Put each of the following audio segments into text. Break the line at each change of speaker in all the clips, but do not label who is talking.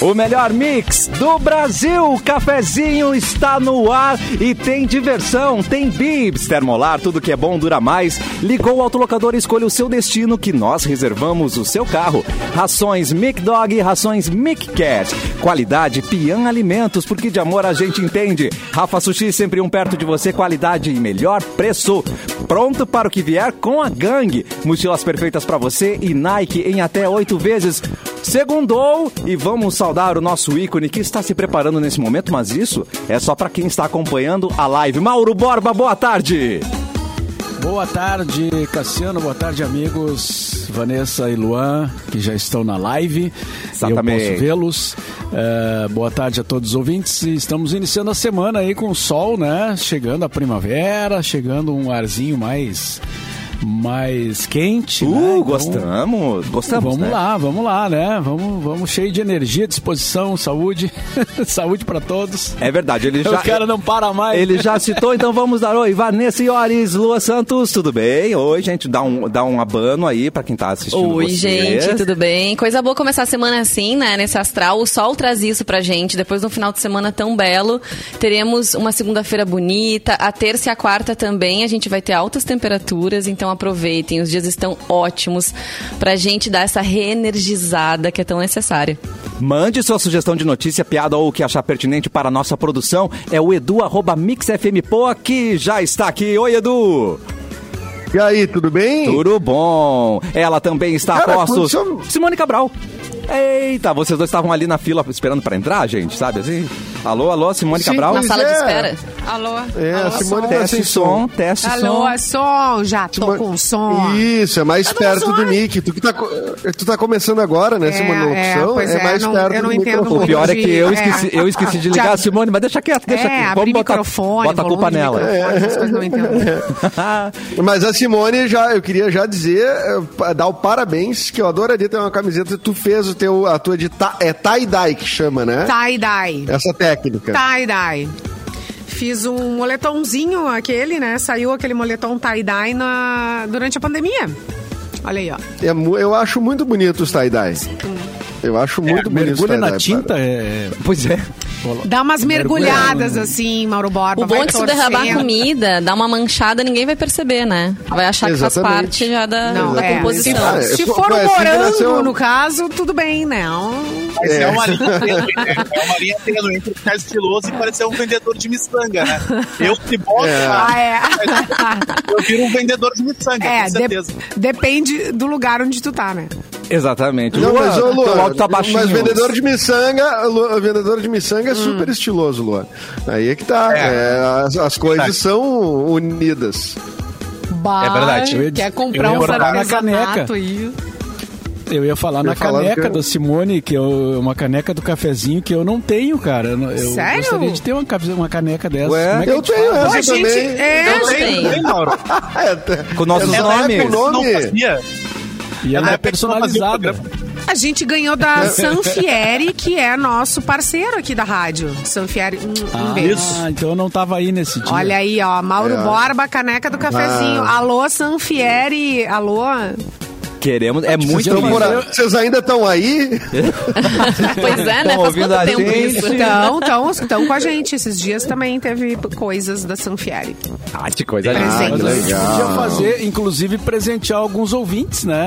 O melhor mix do Brasil. O cafezinho está no ar e tem diversão, tem bibs, termolar, tudo que é bom dura mais. Ligou o autolocador e escolha o seu destino que nós reservamos o seu carro. Rações Mic Dog, rações Mic Cat. Qualidade Pian Alimentos, porque de amor a gente entende. Rafa Sushi sempre um perto de você, qualidade e melhor preço. Pronto para o que vier com a gangue. Mochilas perfeitas para você e Nike em até oito vezes. Segundou e vamos saudar o nosso ícone que está se preparando nesse momento, mas isso é só para quem está acompanhando a live. Mauro Borba, boa tarde.
Boa tarde, Cassiano. Boa tarde, amigos. Vanessa e Luan, que já estão na live.
Exatamente.
Eu posso vê-los. É, boa tarde a todos os ouvintes. Estamos iniciando a semana aí com o sol, né? Chegando a primavera, chegando um arzinho mais mais quente. né?
Uh,
Então,
gostamos, gostamos.
Vamos
né?
lá, vamos lá, né? Vamos, vamos cheio de energia, disposição, saúde. saúde para todos.
É verdade, ele já
Os caras não param mais.
Ele já citou, então vamos dar oi. Vanessa Iores, Lua Santos, tudo bem? Oi, gente, dá um, dá um abano aí pra quem tá assistindo
Oi,
vocês.
gente, tudo bem? Coisa boa começar a semana assim, né? Nesse astral. O sol traz isso pra gente. Depois de um final de semana tão belo, teremos uma segunda-feira bonita. A terça e a quarta também a gente vai ter altas temperaturas, então aproveitem. Os dias estão ótimos pra gente dar essa reenergizada que é tão necessária.
Mande sua sugestão de notícia, piada ou o que achar pertinente para a nossa produção. É o edu, arroba mixfmpoa, que já está aqui. Oi, Edu!
E aí, tudo bem?
Tudo bom? Ela também está a
Cara,
postos.
aconteceu-
Simone Cabral. Eita, vocês dois estavam ali na fila esperando pra entrar, gente, sabe assim? Alô, alô, Simone
Sim,
Cabral.
Na
Pois
sala
é.
de espera.
Alô?
É, a
Alô,
Simone tá
Teste
sem
som, teste
Alô,
som.
é som, já tô
Simone-
com som.
Isso, é mais
Tá dando
perto do
zoar.
Nick. Tu que tá, co- tu tá começando agora, né,
É,
Simone?
é,
locução?
pois é,
mais
não-
perto
eu não
do
entendo
O
microfone.
pior é que eu
É.
esqueci, eu esqueci de ligar a Simone, mas deixa quieto, deixa
é,
quieto.
abrir
botar,
microfone,
bota a culpa
volume de
nela.
microfone, essas coisas não entendo.
Mas a Simone, já, eu queria já dizer, eh, pa- dar o parabéns, que eu adoraria ter uma camiseta. Tu fez o teu, a tua de ta- é tie-dye que chama, né?
Tá. Tie-dye.
Essa técnica.
Tá. Tie-dye. Fiz um moletomzinho aquele, né? Saiu aquele moletom tie-dye na... durante a pandemia. Olha aí, ó.
É mu- eu acho muito bonito os tie-dye. Eu acho muito bonito os
Mergulha na
tie-dye,
tinta, é,
Pois é.
Dá umas
Mergulha.
mergulhadas assim, Mauro Borba.
O bom
vai
é que se derrabar
torcendo.
comida, dar uma manchada, ninguém vai perceber, né? Vai achar que faz
Exatamente.
parte já da,
Não,
né? da
é.
composição.
Ah, é,
Se
pô,
for
pô,
um
essa
morango,
geração-
no caso, tudo bem, né? Um-
Mas é. uma linha tênue, né? É uma linha tênue entre ficar estiloso e parecer um vendedor de miçanga, né? Eu se boto,
É.
Ah,
lá,
é.
eu viro um vendedor de miçanga,
É,
com
de-
certeza.
depende do lugar onde tu tá, né?
Exatamente.
Não, mas, ô,
teu
Luan,
áudio tá baixinho.
mas É vendedor de miçanga, Lu- vendedor de miçanga é super estiloso, Luan. Aí é que tá. é, as, as coisas são unidas.
Bah,
É verdade.
Eu ia-
Quer
eu
comprar
ia
um
botar na
artesanato
caneca.
aí.
Eu ia falar
Eu
na
ia falar
caneca
que eu-
da Simone, que eu, uma caneca do cafezinho que eu não tenho, cara. Eu, eu
Sério?
gostaria de ter uma, cafe- uma caneca dessa.
Ué,
Como é que a
eu
gente
tenho
faz?
essa
Pô, gente,
também. É, tá.
é,
Eu
Tem,
tenho.
tem, Mauro.
Com nossos
Ela é
nomes.
com nome.
Não fazia.
E ela
Na
é
época que eu não fazia o
personalizada.
programa.
A gente ganhou da Sanfieri, que é nosso parceiro aqui da rádio. Sanfieri, um, um
Ah,
beijo.
então eu não tava aí nesse dia.
Olha aí, ó. Mauro
É.
Borba, caneca do cafezinho.
Ah.
Alô, Sanfieri. Alô?
Queremos, é muito
Então,
Sim,
por
mas
a- vocês ainda estão aí?
Pois
Tão
é, né? Faz
ouvindo a
quanto tempo
gente?
isso?
Então, então, estão com a gente. Esses dias também teve coisas da Sanfieri.
Ah, que coisa
Ah,
Presente.
que
Mas a gente
legal.
podia fazer, inclusive, presentear alguns ouvintes, né?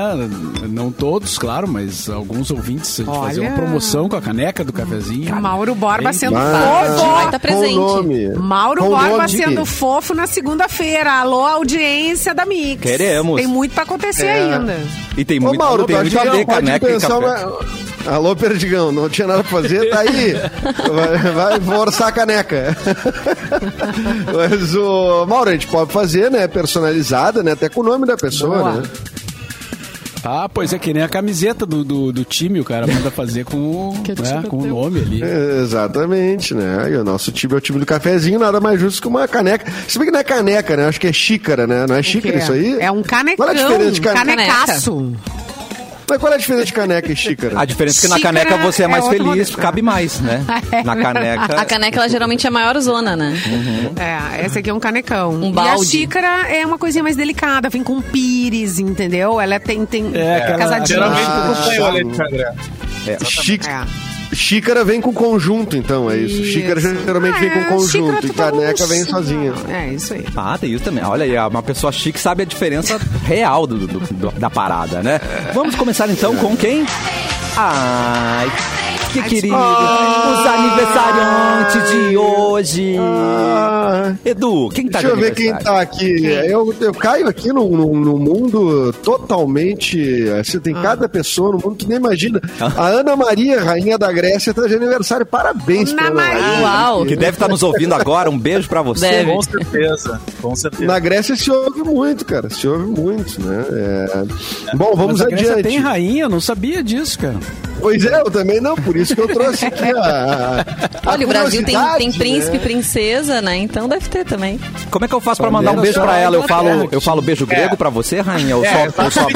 Não todos, claro, mas alguns ouvintes. A gente
Olha.
fazer uma promoção com a caneca do cafezinho.
Mauro Borba sendo
Ah,
Vai
fofo.
tá
com o
presente.
nome.
Mauro
Com o
Borba
nome de-
sendo fofo na segunda-feira. Alô, audiência da Mix.
Queremos.
Tem muito pra acontecer
É.
ainda.
E tem
Ô,
muito,
Mauro,
tem muito a
Perdigão,
ver,
pode
caneca e
pensar
né, café.
uma... Alô, Perdigão, não tinha nada pra fazer, tá aí. Vai, vai forçar a caneca. Mas o Mauro, a gente pode fazer, né? Personalizada, né? Até com o nome da pessoa,
Boa.
né?
Ah, pois é, que nem a camiseta do, do, do time, o cara manda fazer com, o- né,
tipo
com o nome ali.
É, Exatamente, né? E o nosso time é o time do cafezinho, nada mais justo que uma caneca. Se bem que não é caneca, né? Acho que é xícara, né? Não é xícara
Que é-
isso aí?
É um canecão.
Qual é a diferença de caneca? Hum?
Canecaço.
Mas qual é a diferença de caneca e xícara?
A diferença é que na
Xícara
caneca você é
é
mais
outro
feliz,
rolê.
cabe mais, né?
É
Na caneca.
A caneca, ela geralmente é a maior zona, né?
É, essa aqui é um canecão.
Um
E a
balde.
xícara é uma coisinha mais delicada, vem com pires, entendeu? Ela tem, tem
É, aquela-
casadinha.
Geralmente
Ah,
tu acompanhou, Alexandre.
Xícara.
É.
Xícara vem com conjunto, então, é isso. Xícara geralmente
Ah,
vem
é,
com
xícara
conjunto
tu
e
toma um
caneca vem
sim-
sozinha.
É, isso aí.
Ah, tem isso também. Olha aí, uma pessoa chique sabe a diferença real do- do- do- da parada, né? Vamos começar então com quem? Ai, que querido! Os aniversariantes de hoje!
Ah,
Edu, quem tá de
Deixa eu ver quem
aniversário?
tá aqui. Eu, eu caio aqui no, no, no mundo totalmente. eh, Você tem cada pessoa no mundo que nem imagina. A Ana Maria, rainha da Grécia, tá de aniversário. Parabéns,
Ana
pra
Maria.
Uau!
Que deve estar nos ouvindo agora. Um beijo pra você.
Deve.
Com certeza, com certeza.
Na Grécia se ouve muito, cara. Se ouve muito, né? É. Bom,
Mas
vamos
a Grécia
adiante.
tem rainha, eu não sabia disso, cara.
Pois é, eu também não, por isso que eu trouxe aqui a. a
Olha, o Brasil tem,
curiosidade,
tem príncipe e
né?
princesa, né? Então deve ter também.
Como é que eu faço pra mandar um beijo pra ela? Eu falo, eu falo
É.
beijo grego pra você, rainha? Ou
É,
só, ou só,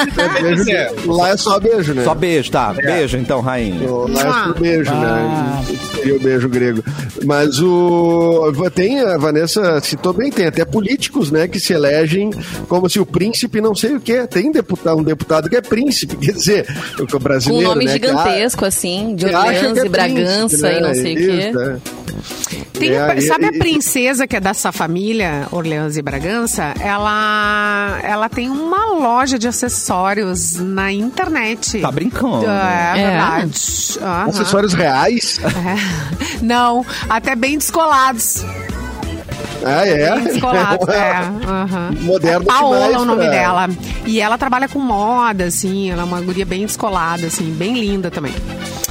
Beijo, lá é só beijo, né?
só beijo, tá? Beijo então, rainha.
Lá é só beijo, né? E o beijo grego. Mas o. Tem, a Vanessa citou bem, tem até políticos, né, que se elegem como se o príncipe não sei o quê. Tem deputado, um deputado que é príncipe, quer dizer, o
Com um
brasileiro.
nome
né, que a-
gigantesco, assim, de
que acha que é
Orleans e
príncipe,
Bragança
né?
e não sei o
Isso,
quê.
né?
Tem a-
É, e-
sabe a
e-
princesa que é dessa família, Orleans e Bragança? Ela, ela tem uma loja de acessórios na internet.
Tá brincando.
É,
É.
verdade. Aham.
Acessórios reais?
É. Não, até bem descolados.
Ah, é?
Bem descolados, é. aham.
Moderno
É Paola
demais
o nome
pra-
dela. E ela trabalha com moda, assim. Ela é uma guria bem descolada, assim. Bem linda também.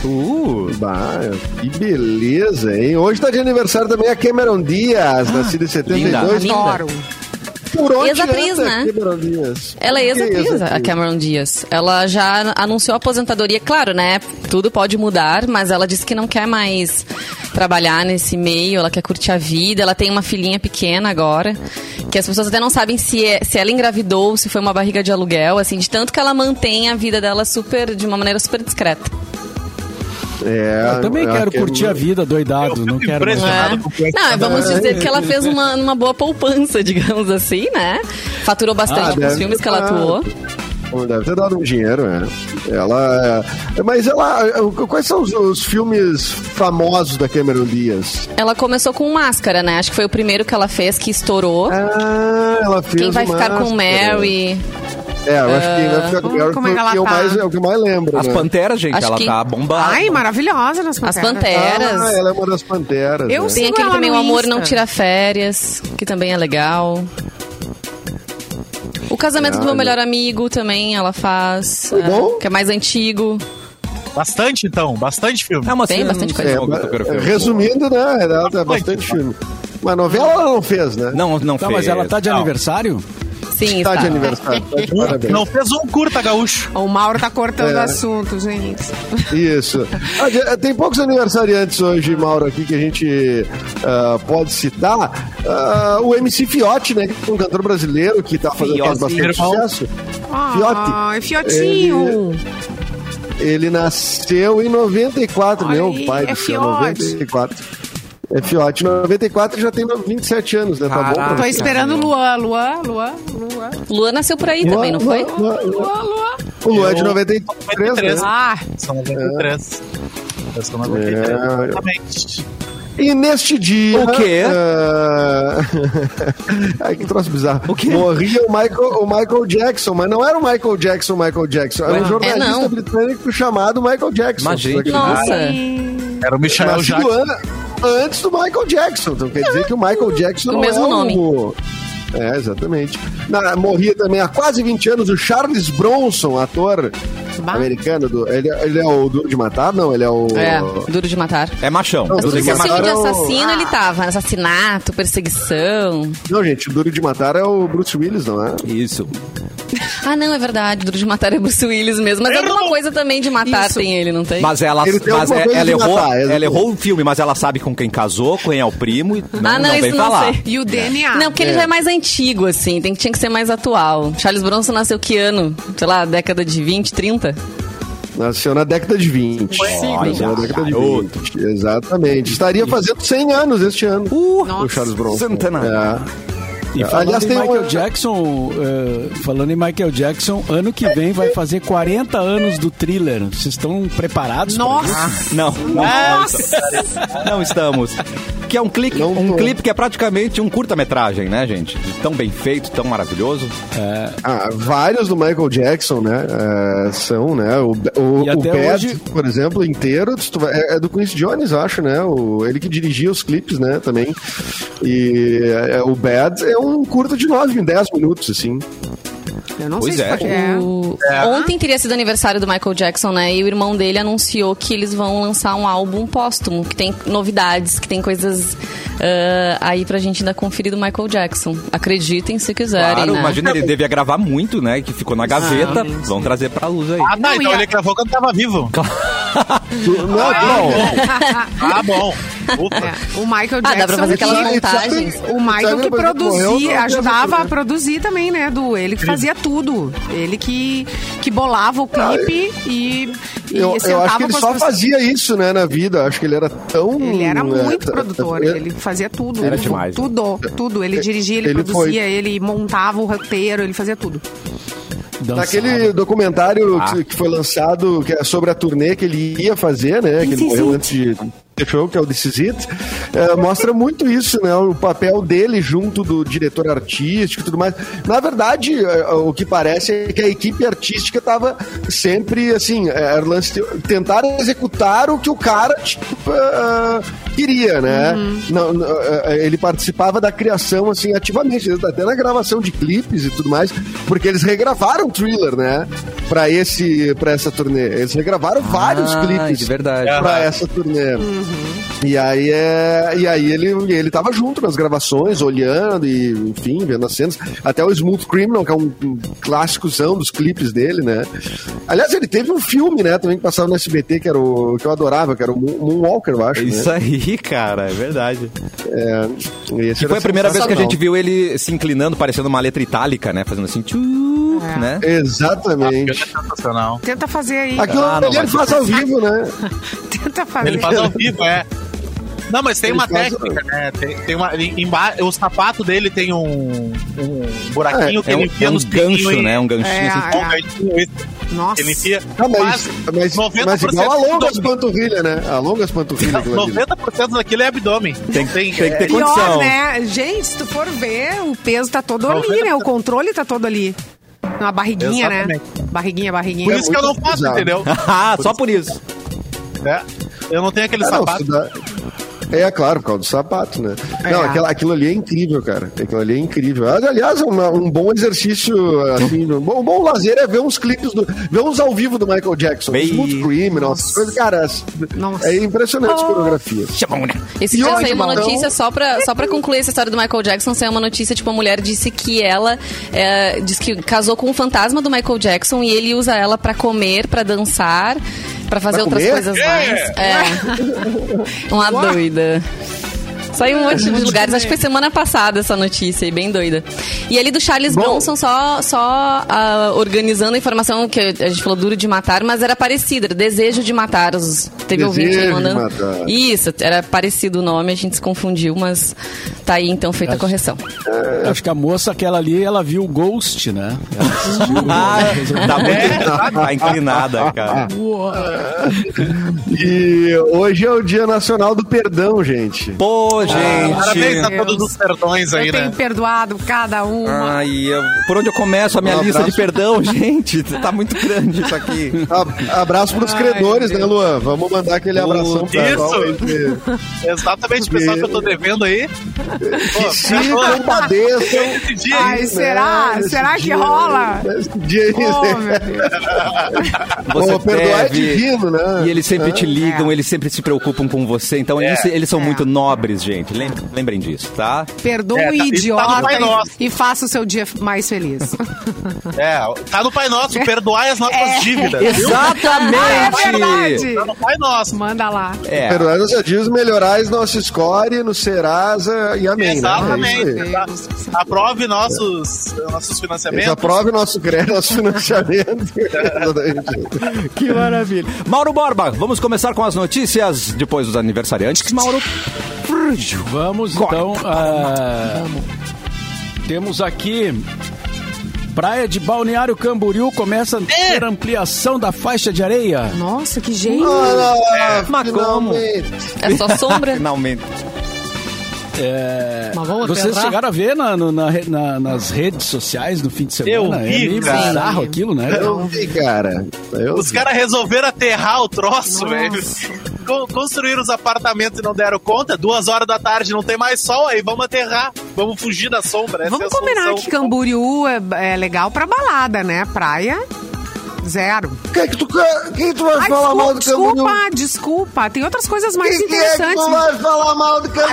Uh,
Bah, que beleza, hein? Hoje tá de aniversário também a Cameron Diaz,
Ah,
nascida em 72.
Linda.
Adoro.
Por onde
Ex-atriz,
anda
né?
Cameron Diaz?
Ela é
Que
ex-atriz, a
ex-atriz?
Cameron Diaz. Ela já anunciou a aposentadoria. Claro, né? Tudo pode mudar, mas ela disse que não quer mais trabalhar nesse meio. Ela quer curtir a vida. Ela tem uma filhinha pequena agora, que as pessoas até não sabem se, é- se ela engravidou, se foi uma barriga de aluguel, assim, de tanto que ela mantém a vida dela super, de uma maneira super discreta.
É,
Eu também
a
quero
Cameron-
curtir a vida, doidado. Não quero mais.
impressionado.
É.
Nada com
Não,
essa-
vamos dizer que ela fez uma, uma boa poupança, digamos assim, né? Faturou
Ah,
bastante com
deve-
os filmes que ela
ah.
atuou.
Bom, Deve ter dado um dinheiro, né? Ela. é, Mas ela. o- Quais são os, os filmes famosos da Cameron Diaz?
Ela começou com Máscara, né? Acho que foi o primeiro que ela fez que estourou.
Ah, ela fez.
Quem vai
o
ficar com Ah.
Máscara.
Mary?
É, eu acho que quem vai ficar com
Como-
Mary
como é
foi o
que ela
que eu
tá?
mais, é o que eu mais lembro.
as
né?
panteras, gente,
Acho
ela
que-
tá bombada.
Ai, maravilhosa nas
As
panteras.
Panteras.
Ah, ela é uma das panteras.
Eu
né?
sei.
Tem
Sigo
aquele
ela
também, O
no
Amor
Insta.
Não Tira Férias, que também é legal. O Casamento do Meu Melhor Amigo também ela faz. é,
bom?
que é mais antigo.
Bastante, então, bastante filme.
É uma
Tem
cena-
bastante coisa.
É,
Não,
mas-
eu quero ver.
resumindo, né? Ela tá bastante filme. Mas novela ela não fez, né?
Não, não
Tá,
fez.
mas ela tá de
Não.
aniversário?
Sim,
Tá
está.
de aniversário. tá de parabéns.
Não fez um curta gaúcho.
O Mauro tá cortando
É.
assunto, gente.
Isso. Ah, de- Tem poucos aniversariantes hoje, Mauro, aqui que a gente ah, pode citar. Ah, o MC Fiote, né? que é Um cantor brasileiro que tá fazendo faz
Fiote,
bastante
irmão.
sucesso.
Ai, Ah, é Fiotinho.
Ele nasceu em 94,
Olha
meu
aí,
pai
é
do céu,
fiote.
94. É Fiote, 94 já tem 27 anos, né? Tá bom?
Caraca.
Tô
pra-
esperando o Luan, Luan, Luan, Luan.
Luan nasceu por aí também, não foi?
Luan, Luan, Luan.
Luan, Luan.
O Luan é de
Eu-
93, né?
93.
Ah,
São 93. Eu sou 93.
É.
Exatamente.
E neste dia.
O quê?
ah, Ai, que troço bizarro. Morria o Michael, o Michael Jackson, mas não era o Michael Jackson, Michael Jackson. Era
É,
um jornalista
não.
britânico chamado Michael Jackson.
Imagina.
Você acredita?
Nossa.
Era o Michael
Nascido
Jackson.
an- antes do Michael Jackson. Então quer dizer que o Michael Jackson
Do
não
mesmo
é
nome.
o. É, exatamente. Na- morria também há quase 20 anos o Charles Bronson, ator
Bah.
americano. Do, ele, ele é o Duro de Matar? Não, ele é o.
É, duro de matar.
É machão.
Não,
Eu sei
tudo
que é
bem.
machão.
Filme de
mataram-
assassino ele tava. Assassinato, perseguição.
Não, gente, o Duro de Matar é o Bruce Willis, não é?
Isso.
Ah, não, é verdade. Duro de matar é Bruce Willis mesmo. Mas alguma coisa também de matar
Isso.
tem ele, não tem?
Mas ela,
Ele tem
mas
alguma
é-
coisa
ela
de
errou,
matar,
ela
exatamente.
errou o filme, mas ela sabe com quem casou, quem é o primo e não,
Ah, não,
não
isso
vem
não
falar.
sei.
E o DNA.
Não, porque ele já é mais antigo, assim. Tem, tinha que ser mais atual. Charles Bronson nasceu que ano? Sei lá, década de 20, 30?
Nasceu na década de 20. Nasceu na
Ah,
Olha,
década de
garoto.
20. Exatamente. Estaria fazendo 100 anos este ano.
Uh,
o Charles Bronson.
Santana.
É.
E falando
Aliás,
em
tem
Michael
uma-
Jackson, eh, falando em Michael Jackson, ano que vem vai fazer 40 anos do thriller. Vocês estão preparados? pra
Nossa!
Ah,
Não, não,
Nossa!
não estamos. Que é um clipe,
Não
um
tô.
clipe que é praticamente um curta-metragem, né, gente? Tão bem feito, tão maravilhoso.
Ah, vários do Michael Jackson, né? eh, são, né? O, o,
E
o
até
Bad,
hoje-
por exemplo, inteiro se tu vai- é, é do Quincy Jones, eu acho, né? O, ele que dirigia os clipes, né? Também. E eh, o Bad é um curto de 9 em 10 minutos, assim.
Eu não
Pois
sei
é.
se é.
O- Ontem teria sido aniversário do Michael Jackson, né? E o irmão dele anunciou que eles vão lançar um álbum póstumo, que tem novidades, que tem coisas ah, aí pra gente ainda conferir do Michael Jackson. Acreditem se quiserem,
Claro,
né?
imagina, ele devia gravar muito, né? Que ficou na gaveta. Vão trazer pra luz aí.
Ah, tá,
Não,
então
e a-
ele gravou quando tava vivo.
Tu- não, não.
Ah, bom. Puta.
É, O Michael Jackson.
Ah, dá pra fazer aquelas
que-
montagens.
Sabe,
O Michael que
mas ele morreu, não
produzia,
tem
ajudava
essa-
a produzir também, né, Du? Ele que fazia tudo. Ele que, que bolava o clipe e,
Ah,
e
Eu, eu acho
sentava
que ele
com as
só
pessoas.
fazia isso, né, na vida. Eu Acho que ele era tão.
Ele era
eh,
muito
t-
produtor,
eh,
ele fazia tudo.
Era
tudo,
demais, né?
Tudo, tudo. Ele dirigia, ele,
Ele foi-
produzia, ele montava o roteiro, ele fazia tudo.
dançar?
Naquele tá documentário que, que foi lançado que é sobre a turnê que ele ia fazer, né? Que ele morreu antes de ter show, que é o This Is It, é, mostra muito isso, né? O papel dele junto do diretor artístico e tudo mais. Na verdade, é, o que parece é que a equipe artística estava sempre, assim, é, era o lance de tentar executar o que o cara tipo, ah, queria, né? Não, não, ah, ele participava da criação, assim, ativamente, até na gravação de clipes e tudo mais, porque eles regravaram o Thriller, né? Pra, esse, pra essa turnê. Eles regravaram vários
Ah,
clipes.
de verdade.
É Pra essa turnê. E aí, é, e aí ele, ele tava junto nas gravações, olhando e, enfim, vendo as cenas. Até o Smooth Criminal, que é um, um clássicozão dos clipes dele, né? Aliás, ele teve um filme, né, também que passava no SBT, que, era o, que eu adorava, que era o Moon- Moonwalker, eu acho. né?
É
É,
isso aí, cara, é verdade. Que foi a primeira vez que a gente viu ele se inclinando, parecendo uma letra itálica, né? Fazendo assim, tchu,
É.
né?
Exatamente.
é Sensacional.
Tenta fazer aí.
Aquilo
Ah, não,
ele
mas
faz ao vivo, né?
Tenta fazer.
Ele faz ao vivo, é. Não, mas tem
Ele
uma
faz-
técnica, né? Tem, tem uma, ele emba... O sapato dele tem um, um buraquinho que
É um,
ele
é
enfia
um
nos
gancho,
pininhos e-
né? Um ganchinho
É,
assim.
é.
Um ganchinho, esse que
Nossa.
ele enfia.
Ah, mas, mas, mas igual alonga as panturrilhas, né? Alonga as panturrilhas.
Não,
aquilo ali. né?
90% daquilo é abdômen. Tem, tem,
Tem
é,
que ter
Pior,
condição.
né? Gente, se tu for ver, o peso tá todo ali, né? O controle tá todo ali. Uma barriguinha, né?
Exatamente.
Barriguinha,
Por
barriguinha.
isso que eu não
muito
faço,
bizarro.
entendeu?
Ah, só por isso.
É. Eu não tenho aquele
Ah, não,
sapato.
se dá- É, claro, por causa do sapato, né? Não,
É.
aquela, aquilo ali é incrível, cara. Aquilo ali é incrível. Ah, Aliás, uma- um bom exercício, assim, um bom, um bom lazer é ver uns clipes, do, ver uns ao vivo do Michael Jackson.
Bem-
Smooth Criminal, essas coisas. Cara, as-
Nossa.
é impressionante as coreografias.
Esse
E
dia
hoje,
saiu uma
então?
notícia, só pra, só pra concluir essa história do Michael Jackson, saiu uma notícia, tipo, a mulher disse que ela é, diz que casou com um fantasma do Michael Jackson e ele usa ela pra comer, pra dançar, pra fazer
Pra
outras
comer?
coisas mais. É. Uma doida. Saiu em um monte de lugares. Acho que foi semana passada essa notícia, aí, bem doida. E ali do Charles Bronson, só, só ah, organizando a informação que a gente falou duro de matar, mas era parecida, era desejo de matar. Os, teve
Desejo
ouvinte aí
de
mandando.
matar.
Isso, era parecido o nome, a gente se confundiu, mas tá aí então feita a
É.
correção.
Acho que a moça aquela ali, ela viu o Ghost, né? Ela assistiu.
Ah, tá muito tá inclinada, cara.
E hoje é o Dia Nacional do Perdão, gente.
Pô,
Parabéns a
gente.
Meu
todos
Deus.
os perdões
Eu
aí, né? Ah.
tenho perdoado cada uma.
Ai, eu- por onde eu começo a minha
Um
lista de
abraço.
perdão, gente? Tá muito grande isso aqui.
A- Abraço pros credores, né, Luan? Vamos mandar aquele abração pra
isso.
pessoal aí que-
É Exatamente, o pessoal que eu tô devendo aí. Pô,
se compadeçam.
esse dia aí,
Ai, será?
Né,
será
esse
que
dia-
rola?
esse dia aí,
Oh,
né?
meu Deus.
Você
Ô, perdoar é
deve,
divino, né?
E eles sempre te ligam,
É.
eles sempre se preocupam com você. Então, eles, eles são
É.
muito nobres, gente. Lem- Lembrem disso, tá?
Perdoa
É,
o
tá- isso tá no
idiota
Pai
e-
Nosso.
e, faça o seu dia mais feliz.
É, tá no Pai Nosso, perdoai as nossas dívidas. viu?
Exatamente!
é verdade.
Tá no Pai Nosso.
Manda lá.
É.
Perdoar nos adios, melhorar nosso score no Serasa e amém. né? É isso
Exatamente.
aí.
tá? Aprove nossos, nossos
Eles
financiamentos.
aprove nosso crédito, nosso financiamento.
É.
Exatamente.
Que maravilha. Mauro Borba, vamos começar com as notícias depois dos aniversariantes. Mauro.
Vamos então. ah, Temos aqui. Praia de Balneário Camboriú começa a ter ampliação da faixa de areia.
Nossa, que jeito.
Mas como?
É só sombra?
tipo
Finalmente.
É,
Mas vamos
vocês
aterrar?
chegaram a ver na- no- na re- na- nas redes sociais no fim de semana?
Eu
é
vi,
meio
cara.
bizarro aquilo, né?
Eu não vi, cara. Eu
Os
vi.
caras resolveram aterrar o troço,
Nossa.
velho. Con- Construíram os apartamentos e não deram conta. Duas horas da tarde, não tem mais sol, aí vamos aterrar. Vamos fugir da sombra. Essa é
Vamos
a
combinar
solução.
que Camboriú é, é legal pra balada, né? Praia, zero.
Quem que tu, quem tu vai
Ai,
falar mal
desculpa,
do
desculpa,
Camboriú?
desculpa. Tem outras coisas mais
Quem que é que
interessantes.
tu vai falar mal do
Ah, tu nem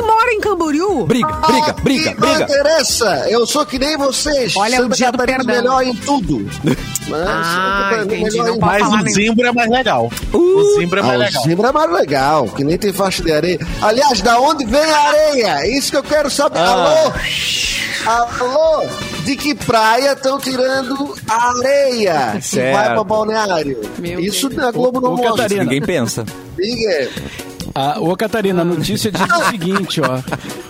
Camboriú?
mora em Camboriú?
Briga, briga,
Ah,
briga,
que
briga.
Não interessa. Eu sou que nem vocês.
Olha,
Santa
o dia do
Catarina é
perdão.
melhor em tudo. Né?
Ah,
Santa Catarina é
entendi,
melhor
não
em
pode
Mas
falar Uh.
o
nem-
Zimbra é mais legal. o Zimbra é mais
Ah, o
legal.
Zimbra é mais legal, que nem tem faixa de areia. Aliás, da onde vem a areia? Isso que eu quero saber.
Ah.
Alô? Alô? De que praia estão tirando a areia que
Certo.
vai para balneário?
Meu
Isso na Globo não
Ô,
mostra.
Catarina.
Ninguém pensa.
Diga.
Ah, ô, Catarina, a notícia diz o seguinte, ó.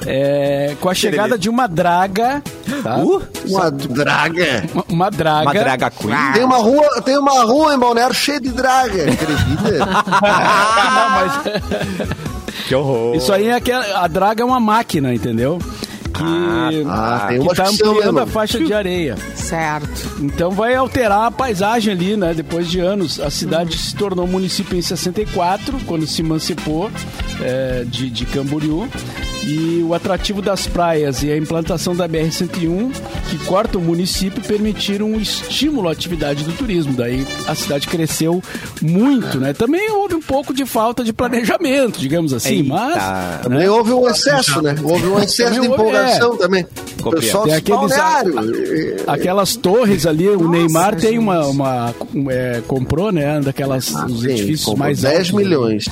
É, com a chegada de uma draga, tá?
Uh,
Uma draga.
Uma- uma draga.
uma draga queen.
Tem uma rua, tem uma rua em Balneário cheia de draga, acredita?
Não, mas
Que horror.
Isso aí é que a draga é uma máquina, entendeu? Que,
ah, tem
que
uma
tá
que são
ampliando
mesmo.
a faixa de areia.
Certo.
Então vai alterar a paisagem ali, né? Depois de anos, a cidade se tornou município em 64, quando se emancipou é, de, de Camboriú. E o atrativo das praias e a implantação da BR-101, que corta o município, permitiram um estímulo à atividade do turismo. Daí a cidade cresceu muito, né? Também houve um pouco de falta de planejamento, digamos assim,
Eita.
mas... né?
Também houve um excesso, né? Houve um excesso de
Também houve- é.
empolgação também. O
Compreendo.
pessoal
Tem
de
aqueles-
balneário.
Aquelas torres ali, o
Nossa,
Neymar tem
gente.
uma. uma, é, comprou, né? Daquelas.
Ah,
os
sim,
edifícios
comprou
mais
10
altos, né?
milhões.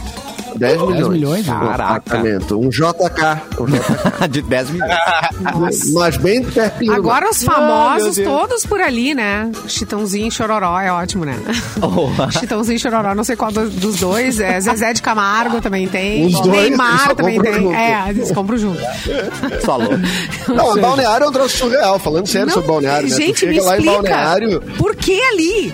10 milhões.
milhões? né?
Um
Caraca.
apartamento, Um JK. um JK.
De 10 milhões.
Mas bem pertinho. né?
Agora os famosos,
Deus.
todos por ali, né? Chitãozinho e Chororó, é ótimo, né? Chitãozinho e Chororó, não sei qual do- dos dois. É. Zezé de Camargo também tem.
Os dois, eles
Neymar
só
também
compram
tem.
junto.
É, eles compram junto.
Só louco.
Não, o balneário é um troço surreal, falando sério sobre balneário. né? Tu
gente, me
chega lá em
explica.
balneário,
Por que ali?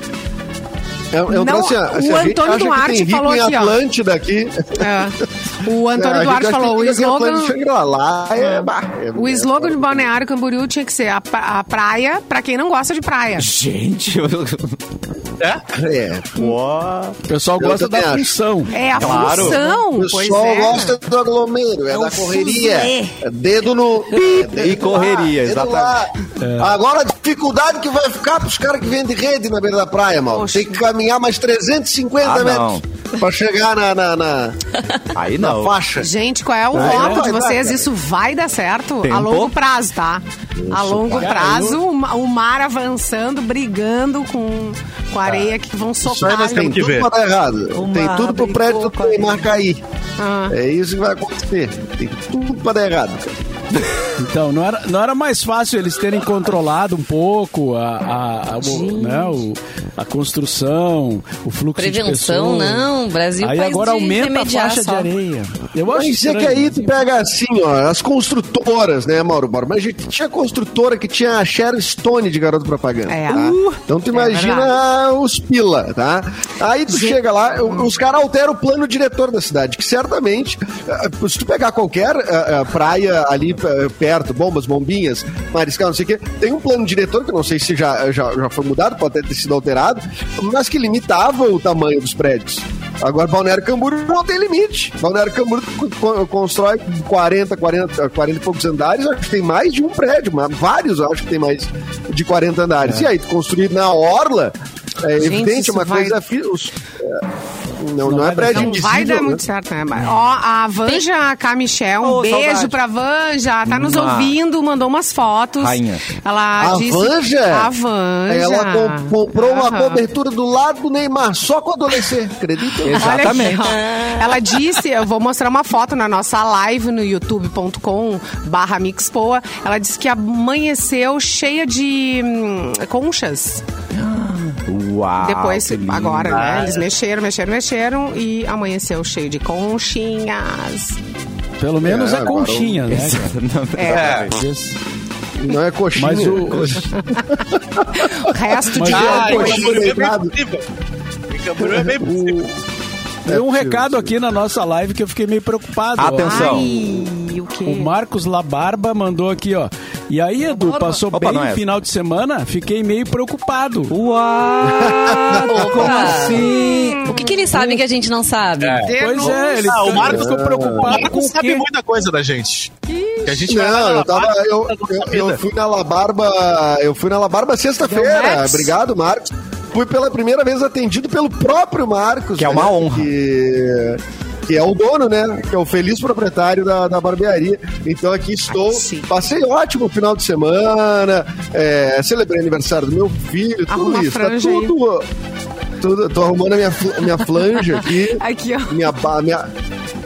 é, é um
Não,
troço assim, ó,
o
assim, a gente
Antônio
acha que
Duarte
tem rico
falou
em
aqui, ó.
Atlântida aqui.
É. O
É, a
Antônio
gente
Duarte
acha que
falou, o
tem rico em
slogan...
Atlântida, chega lá, é, bah, é-
O slogan de Balneário Camboriú tinha que ser a, pra- a praia pra quem não gosta de praia.
Gente, eu-
É,
Uó.
O pessoal
Eu
gosta
também
da
acho.
função.
É a
Claro.
função,
O
pois
pessoal
é. um
gosta do aglomero, é, da correria. É dedo no.
E correria, É.
exatamente. Agora a dificuldade que vai ficar pros caras que vendem rede na beira da praia, mal.
Poxa.
Tem que caminhar mais 350
Ah, não.
metros pra chegar na, na, na-
Aí
na
não.
faixa.
Gente, qual é o
Vai,
voto
vai,
de
vai,
vocês?
cara.
Isso vai dar certo
Tempo.
a longo prazo, tá? a longo
cara,
prazo, o ma- o mar avançando, brigando com,
Tá.
com a areia que vão socar.
nós
ali.
temos que
Tudo
ver.
pra dar errado.
Uma
Tem tudo pro
brigou
prédio do
com a
Neymar cair.
Ah.
É isso que vai acontecer. Tem tudo pra dar errado. cara.
Então, não era, não era mais fácil eles terem controlado um pouco a, a, a- o, né, o- a construção, o fluxo de
Prevenção,
pessoas.
não. Brasil,
Aí
país
agora
de
aumenta a
remediar
faixa
só.
de areia. Eu acho
Mas é que
estranho,
aí tu
assim.
pega assim, ó, as construtoras, né, Mauro Borba? Mas a gente tinha construtora que tinha a Sharon Stone de garoto propaganda.
É.
tá?
Uh,
então tu
é
imagina os pila, tá? Aí tu chega lá, o- os caras alteram o plano diretor da cidade, que certamente, eh, se tu pegar qualquer eh, eh, praia ali eh, perto, bombas, bombinhas, mariscal, não sei o quê, tem um plano diretor que eu não sei se já, já, já foi mudado, pode até ter sido alterado, mas que limitava o tamanho dos prédios. Agora, Balneário Camboriú não tem limite. Balneário Camboriú co- co- constrói 40, 40, 40 e poucos andares. Acho que tem mais de um prédio, mas vários acho que tem mais de 40 andares. E aí, tu construir na Orla, é
É. Gente,
evidente, é uma
isso vai-
coisa. fi- os- é, Não, não,
vai
é
dar
prédio
Não
invisível,
vai dar
né?
muito certo, né? Mas, Ó, a Vanja Camichel, um
Ô,
beijo
saudade.
pra Vanja. Tá nos
Mua.
ouvindo, mandou umas fotos.
Rainha.
Ela
A
disse.
Vanja?
A Vanja.
né? Ela com- comprou uma
ah. Aham.
cobertura do lado do Neymar, só com adolescente, acredita?
Exatamente.
Olha aqui, ó. Ela disse, eu vou mostrar uma foto na nossa live no youtube.com barra Mixpoa. Ela disse que amanheceu cheia de hum, conchas.
Uau.
Depois,
Ah, que lindo.
agora, né? Eles mexeram, mexeram, mexeram e amanheceu cheio de conchinhas.
Pelo menos
É,
a
agora
conchinha, né?
Exatamente.
É.
cara? Isso.
Não é coxinha.
Mas o- um
O resto de
Mas-
Ah,
Ah,
em
poxa,
Camboriú é bem
obrigado.
possível. Em Camboriú é bem possível.
Tem um
possível,
recado aqui na nossa live que eu fiquei meio preocupado. ó.
Atenção.
Ai, o quê?
O Marcos Labarba mandou aqui, ó. E aí, Edu, passou
Opa, não
bem
é.
o final de semana? Fiquei meio preocupado.
Uau! Como
Opa.
assim?
O que, que eles sabem que a gente não sabe?
Pois
Denúncia.
é, ele
Ah, o Marcos-
ficou preocupado
Marco
com o
sabe
quê?
muita coisa da gente. Que a gente vai lá
Não,
na
eu tava.
Labarba,
Eu,
da nossa
eu, eu
vida.
fui na Labarba. Eu fui na Labarba
Deu
sexta-feira.
Max?
Obrigado, Marcos. Fui pela primeira vez atendido pelo próprio Marcos.
Que é uma
né?
honra.
Que, que é o dono, né? Que é o feliz proprietário da, da barbearia. Então aqui estou.
Ai, Ah, sim.
Passei ótimo final de semana. é, celebrei aniversário do meu filho, tudo
Arruma a
isso. Tá
franja aí.
tudo, tudo. Tô arrumando a minha, fl- a minha flanja aqui.
Aqui, ó.
Minha, ba- minha-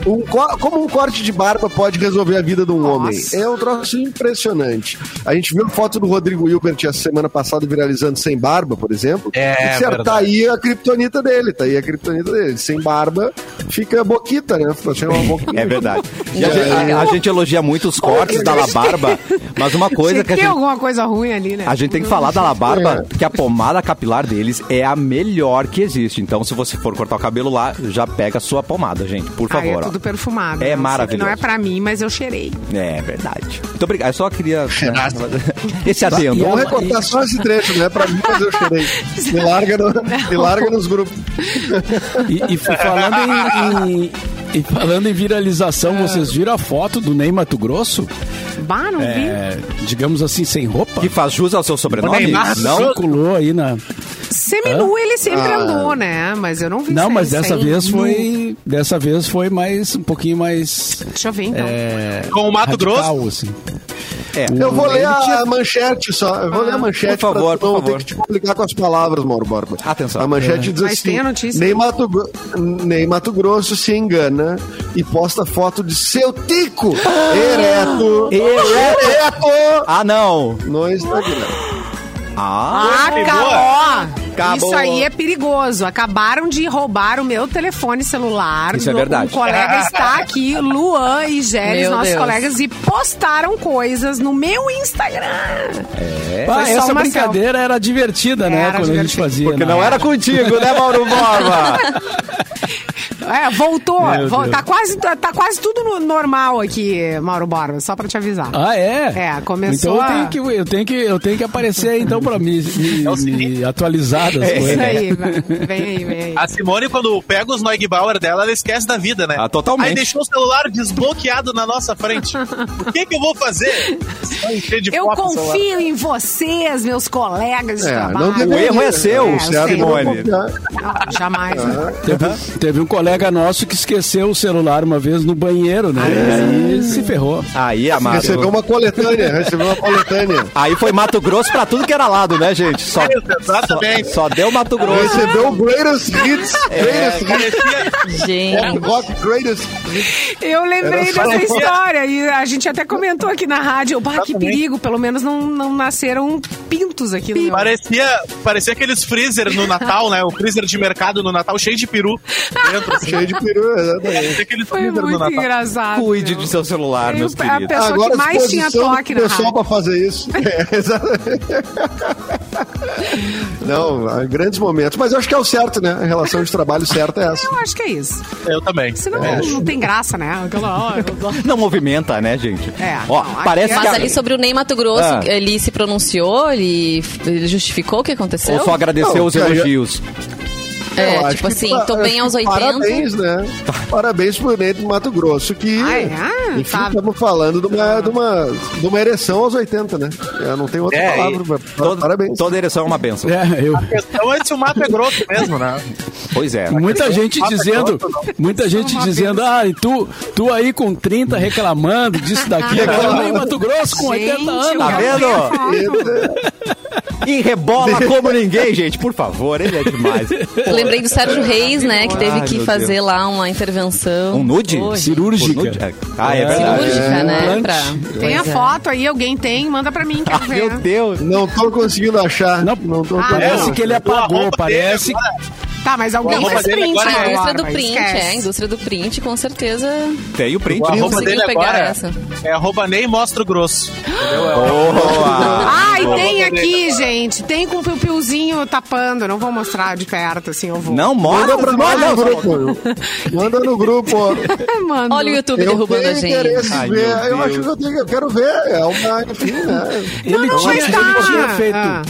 um co- como um corte de barba pode resolver a vida de um homem? É um troço impressionante. A gente viu a foto do Rodrigo Hilbert a semana passada viralizando sem barba, por exemplo.
É,
E, certo,
verdade.
tá aí a criptonita dele, tá aí a criptonita dele. Sem barba, fica boquita, né? Fica uma boquinha.
É verdade. E a, gente, a- a gente elogia muito os cortes da Labarba, mas uma coisa
Tinha
que
que
a
ter
gente,
alguma coisa ruim ali, né?
a gente tem que falar da Labarba, que a pomada capilar deles é a melhor que existe. Então, se você for cortar o cabelo lá, já pega a sua pomada, gente, por
Ah,
favor.
é
ó.
tudo perfumado.
É
Não sei-
maravilhoso.
Não é pra mim, mas eu cheirei.
É verdade. Muito obrigado. Eu só queria. né, Esse adendo.
Vamos recortar só esse trecho, né? Pra mim, mas eu chorei. Me larga, no- me larga nos grupos.
E, e f- falando em, em- e falando em viralização, vocês viram a foto do Ney Mato Grosso?
Bah, não
É, digamos assim, sem roupa?
Que faz jus ao seu sobrenome?
Neymar
Não.
circulou aí na.
vi. Seminu ele sempre andou, né? Mas eu não vi
Ah. Não,
sem-
mas dessa
sem-
vez foi. Dessa vez foi mais. Um pouquinho mais.
Deixa eu ver, então.
é,
Com o Mato
radical, assim.
Eu vou ler a manchete só. Eu vou
Ah.
ler a manchete.
Por favor,
pra tu
por
não
favor.
ter que te complicar com as palavras, Mauro Borba.
Atenção.
A manchete diz
É. Mas
assim:
tem a notícia.
Nem, Mato, Gro- nem Mato Grosso se engana e posta foto de seu tico
Ah!
ereto. Ereto!
é- Ah, não.
No Instagram.
Ah.
Ah,
Acabou.
acabou.
Acabou.
Isso aí é perigoso. Acabaram de roubar o meu telefone celular.
Isso é
Um
verdade.
colega está aqui, Luan e Gélis,
Meu
nossos
Deus.
colegas, e postaram coisas no meu Instagram.
Pá,
É, Foi só
Ah, essa
uma
brincadeira era divertida, né?
Era
quando a gente
divertida.
fazia.
Porque
na
não era
época.
contigo, né, Mauro Borba?
É, voltou.
Meu
Vol-
Deus.
tá, quase, tá, tá quase tudo no- normal aqui, Mauro Borba, só pra te avisar.
Ah, é?
É, começou
Então
a-
eu tenho que, eu tenho que, eu tenho que aparecer aí, então, pra me,
É
me, me atualizar das
É Isso
coisas.
aí, vai. vem aí, vem aí.
A Simone, quando pega os Neugbauer dela, ela esquece da vida, né?
Ah, totalmente.
Aí deixou o celular desbloqueado na nossa frente. O que que eu vou fazer? Vai encher de
Eu
foto o celular.
confio em vocês, meus colegas de
É, não
trabalho.
deveria.
O erro é seu,
É, eu
Certo,
sei.
Simone.
Não, jamais.
Teve, teve um colega nosso que esqueceu o celular uma vez no banheiro,
Ah,
né? E
é?
aí se ferrou.
Aí, amado.
Recebeu uma coletânea. Recebeu uma coletânea.
Aí foi Mato Grosso pra tudo que era lado, né, gente? Só,
Exatamente.
só deu Mato Grosso.
Recebeu o
um-
Greatest Hits.
É.
Greatest Hits.
Parecia-
Gente.
Rock Greatest
Eu lembrei
Era só um
dessa
uma-
história e a gente até comentou aqui na rádio. Bah, que perigo, pelo menos não, não nasceram pintos aqui no meu.
Parecia, parecia aqueles freezer no Natal, né? O freezer de mercado no Natal cheio de peru dentro. Assim.
Cheio de peru, exatamente.
Parecia aqueles
Foi
freezer no
muito
Natal.
engraçado.
Cuide
meu.
do seu celular,
Eu-
meus
a
queridos.
pessoa que
a
mais tinha
exposição do
toque na
pessoal
rádio.
pra fazer isso. É, exatamente. Não, há grandes momentos. Mas eu acho que é o certo, né? A relação de trabalho certa é essa.
Eu acho que é isso.
Eu também.
Senão
É.
não tem graça, né? Aquela hora.
Não movimenta, né, gente?
É,
Ó,
não,
parece
aqui-
que.
Mas
a-
ali sobre o Ney Mato Grosso,
Ah.
ele se pronunciou, ele, ele justificou o que aconteceu?
Ou só agradecer
Não,
os
que aí-
elogios.
É,
Eu acho
tipo
que
assim,
pa-
tô bem
acho
aos
que
80.
Parabéns, né? Parabéns pro Ney do Mato Grosso, que.
Ah, é?
Enfim,
Tá.
estamos falando de uma, de, uma, de uma ereção aos 80, né? Eu não tenho outra
É,
palavra. pra-
Todo-
parabéns.
Toda ereção é uma benção.
É, eu,
Então esse o mato é grosso mesmo, né?
Pois é.
muita gente dizendo, muita
é
gente dizendo, ah, e tu, tu aí com 30 reclamando disso daqui, em Mato Grosso com 80
Gente,
anos.
Tá
eu
vendo?
quero ver a foto.
É,
E rebola como ninguém, gente. Por favor, ele é demais.
Eu Lembrei do Sérgio Reis, né, que teve
Ai,
que
meu
fazer
Deus.
lá uma intervenção.
Um nude?
hoje.
Cirúrgica.
Por nude? Ah, é verdade.
Cirúrgica, né?
Implante.
Pra...
Tem a
Pois é.
foto aí, alguém tem, manda pra mim, quero
Ah,
ver.
meu Deus.
Não tô conseguindo achar. Não,
Não,
tô
Ah,
conseguindo.
Parece que ele
Pela
apagou,
roupa dele
parece,
agora.
Tá, mas alguém
Não,
faz
mas ele
print,
agora
A
é-
né,
indústria do
Bárbara?
print, é. A
Esquece.
indústria do print, com certeza.
Tem o print.
O arroba
Conseguiu
dele
pegar
agora
essa.
é arroba Ney Mostra o Grosso.
Boa!
Ah, e
Boa,
tem
boa,
aqui, gente. Tem com o piu-piuzinho tapando. Não vou mostrar de perto, assim, eu vou.
Não
Manda
mora pra
pra nós
nós.
no grupo. Manda no grupo.
É, Mano.
Olha o YouTube derrubando a gente.
interesse
Ai,
em ver.
meu
Eu acho
Deus.
que eu, tenho, eu quero ver. É uma, enfim, né?
Ele,
Não,
tinha,
mas tá.
ele tinha feito.
Ah.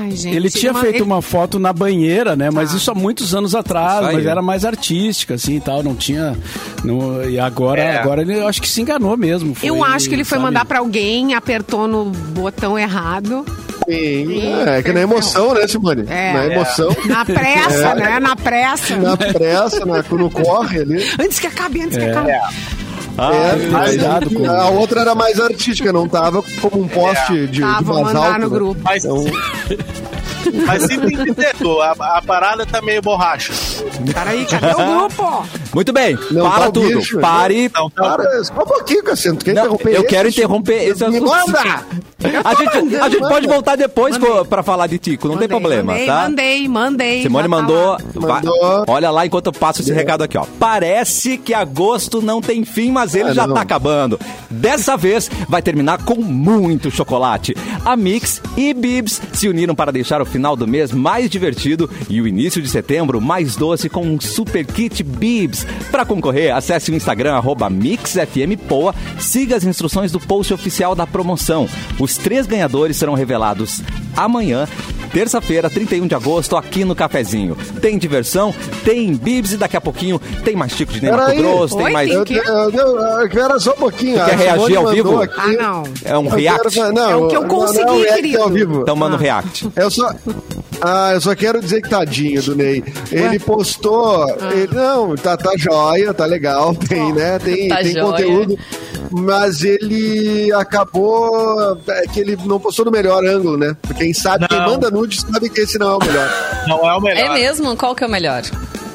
Ai, gente.
Ele tinha
uma-
feito
ele-
uma foto na banheira, né? Mas isso há muitos anos atrás,
Isso aí.
mas era mais artística, assim e tal. Não tinha. não- e agora,
É.
agora ele eu acho que se enganou mesmo.
Eu acho que ele foi
sabe?
mandar pra alguém, apertou no botão errado.
Sim. É, é que na emoção, né, Simone?
É.
Na emoção.
Na pressa,
É.
né? Na pressa.
Na pressa, na, quando corre ali.
Antes que acabe, antes que acabe.
Ah,
É,
mas
mas
cuidado com-
a outra era mais artística, não tava como um poste de, de
Tá, vou
mais
mandar
alto.
no
né?
grupo.
Mas, mas sim tem que ter, Tô. a, a parada tá meio borracha.
Peraí, cadê o grupo?
Muito bem,
Não, tá
para
o
tudo.
bicho,
Pare.
Não, tá-
Cara, só um pouquinho, Cassandra. Quer
Não,
interromper
eu
esse?
quero interromper esse
Me
assunto.
manda!
A gente, a gente
Manda.
pode voltar depois co- pra falar de Tico, não
Mandei,
tem problema,
mandei,
tá?
Mandei, mandei.
Simone
já tá
mandou,
lá.
vai-
Mandou.
Olha lá enquanto eu passo esse recado aqui, ó. Parece que agosto não tem fim, mas ele
Ah,
já
não.
tá acabando. Dessa vez vai terminar com muito chocolate. A Mix e Bibs se uniram para deixar o final do mês mais divertido e o início de setembro mais doce com um super kit Bibs. Para concorrer, acesse o Instagram arroba mixfmpoa, siga as instruções do post oficial da promoção. Os três ganhadores serão revelados amanhã Terça-feira, 31 de agosto, aqui no Cafezinho. Tem diversão, tem bibs e daqui a pouquinho tem mais Chico de Ney Mato
Peraí.
Grosso, tem
Oi,
mais...
tem
Eu,
que-
eu, eu, eu quero só um pouquinho.
quer
A Simone
reagir ao
mandou
vivo?
aqui.
Ah, não.
É um
Eu
react?
quero- não,
É o que eu
não,
consegui,
não, é um react
querido.
Ao vivo.
Então manda um react.
Eu só. Ah, eu só quero dizer que tadinho do Ney. Ele postou.
Ah.
ele- não, tá, tá joia, tá legal, tem, né? Tem,
Tá
tem
joia.
conteúdo. Mas ele acabou. é, que ele não postou no melhor ângulo, né? Quem sabe, quem
Não.
manda nude sabe que esse não é o melhor.
Não é o melhor.
É mesmo? Qual que é o melhor?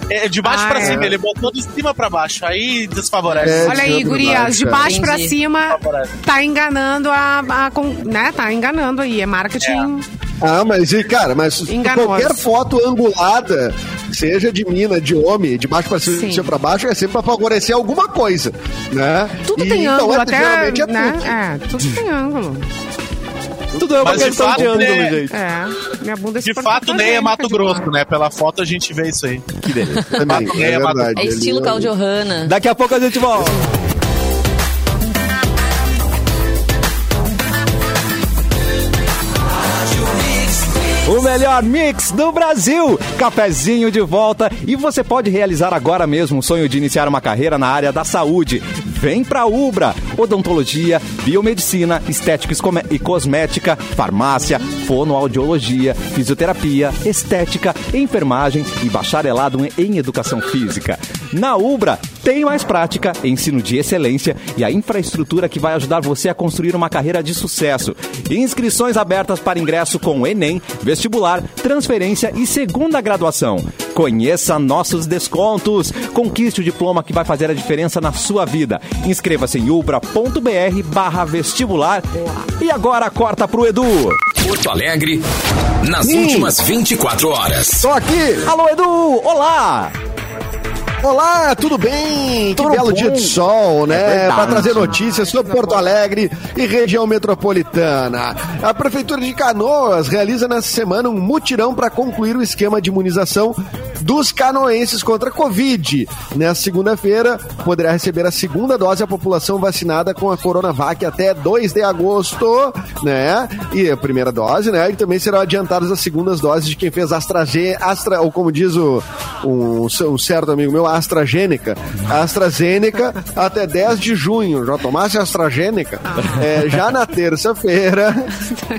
É de baixo
Ah,
pra
é.
cima, ele botou de cima pra baixo. Aí
É.
desfavorece.
Olha aí,
Desandro
gurias,
Vargas,
de
cara.
baixo pra
Entendi.
cima, tá enganando a, a con- né? Tá enganando aí, é marketing.
Ah, mas e cara, mas
Enganoso.
qualquer foto angulada, seja de mina, de homem, de baixo pra cima,
Sim.
de cima pra baixo, é sempre pra favorecer alguma coisa, né?
Tudo
E
tem ângulo,
então, é,
até,
geralmente é tudo.
né? É, tudo tem ângulo.
Tudo é uma
Mas de
questão de,
fato,
ângulo,
né?
gente.
É, minha bunda é
De
super
fato,
proteica,
Ney é Mato
de
Grosso,
fato.
né? Pela foto a gente vê isso aí.
Que delícia.
Também,
É,
é
Mato-
verdade.
É estilo
Ele-
Claudio Hanna.
Daqui a pouco a gente volta. O melhor mix do Brasil. Cafezinho de volta e você pode realizar agora mesmo o sonho de iniciar uma carreira na área da saúde. Vem pra Ubra. Odontologia, biomedicina, estética escome- e cosmética, farmácia, fonoaudiologia, fisioterapia, estética, enfermagem e bacharelado em educação física. Na Ubra tem mais prática, ensino de excelência e a infraestrutura que vai ajudar você a construir uma carreira de sucesso. Inscrições abertas para ingresso com Enem, vestibular, transferência e segunda graduação. Conheça nossos descontos. Conquiste o diploma que vai fazer a diferença na sua vida. Inscreva-se em ubra.br barra vestibular. E agora corta pro Edu.
Porto Alegre, nas últimas 24 horas.
Tô aqui!
Alô, Edu! Olá!
Olá, tudo bem?
Tudo
que belo
bom? É
dia de sol, né?
verdade.
Para trazer notícias sobre Porto Alegre e região metropolitana. A Prefeitura de Canoas realiza nessa semana um mutirão para concluir o esquema de imunização dos canoenses contra a Covid. Nessa segunda-feira, poderá receber a segunda dose a população vacinada com a Coronavac até 2 de agosto, né? E a primeira dose, né? E também serão adiantadas as segundas doses de quem fez AstraZeneca, Astra, ou como diz o, um, um certo amigo meu, AstraZeneca. AstraZeneca até 10 de junho. Já tomasse AstraZeneca? É, já na terça-feira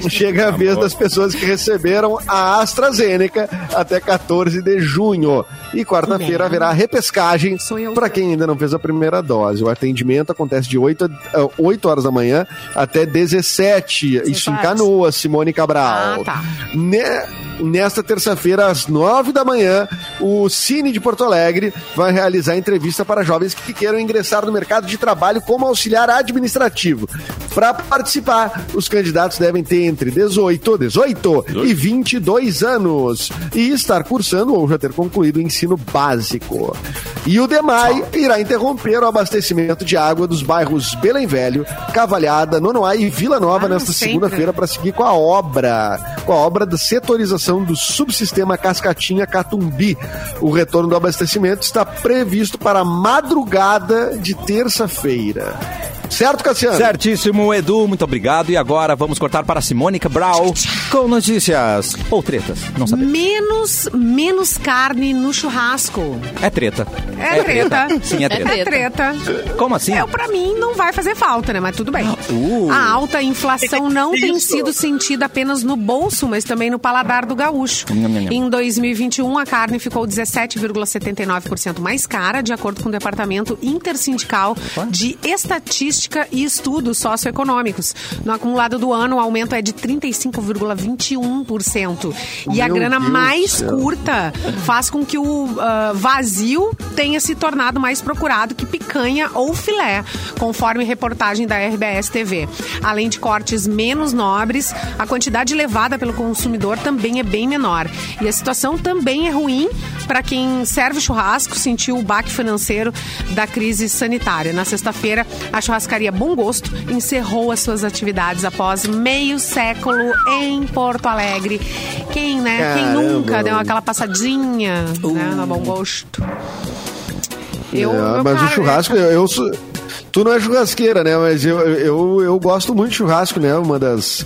chega a vez das pessoas que receberam a AstraZeneca até 14 de junho. E quarta-feira haverá repescagem
Né? Sou eu.
para quem ainda não fez a primeira dose. O atendimento acontece de 8, a- eh, 8 horas da manhã até 17. Isso em
17.
Canoas, Simone Cabral.
Ah, tá.
Ne- Nesta terça-feira, às nove da manhã, o Cine de Porto Alegre vai realizar entrevista para jovens que queiram ingressar no mercado de trabalho como auxiliar administrativo. Para participar, os candidatos devem ter entre 18, 18 e 22 anos e estar cursando ou já ter concluído o ensino básico. E o DEMAI irá interromper o abastecimento de água dos bairros Belém Velho, Cavalhada, Nonoai e Vila Nova
Ah,
nesta
sempre.
segunda-feira para seguir com a obra, com a obra da setorização do subsistema Cascatinha Catumbi. O retorno do abastecimento está previsto para a madrugada de terça-feira. Certo, Cassiano?
Certíssimo, Edu, muito obrigado. E agora vamos cortar para Simônica Brau com notícias ou tretas. Não sabemos.
Menos, menos carne no churrasco.
É treta.
É, treta.
Sim, é treta.
É treta.
Como assim?
É, pra mim não vai fazer falta, né? Mas tudo bem.
Uh.
A alta inflação não tem sido sentida apenas no bolso, mas também no paladar do gaúcho.
Nham, nham, nham.
Em 2021, a carne ficou 17,79% mais cara, de acordo com o Departamento Intersindical de Estatística e Estudos Socioeconômicos. No acumulado do ano, o aumento é de 35,21%. E a
Meu
grana
Deus do
mais
céu.
curta curta faz com que o ah, vazio tenha se tornado mais procurado que picanha ou filé, conforme reportagem da RBS TV. Além de cortes menos nobres, a quantidade levada pelo consumidor também é bem menor. E a situação também é ruim para quem serve churrasco, sentiu o baque financeiro da crise sanitária. Na sexta-feira, a churrascaria Bom Gosto encerrou as suas atividades após meio século em Porto Alegre. Quem, né? Quem
Caramba.
nunca deu aquela passadinha, né? Na bom gosto. Eu,
Uh. É,
eu,
mas o
cara,
churrasco, eu, eu sou- Tu não é churrasqueira, né? Mas eu, eu, eu gosto muito de churrasco, né? Uma das.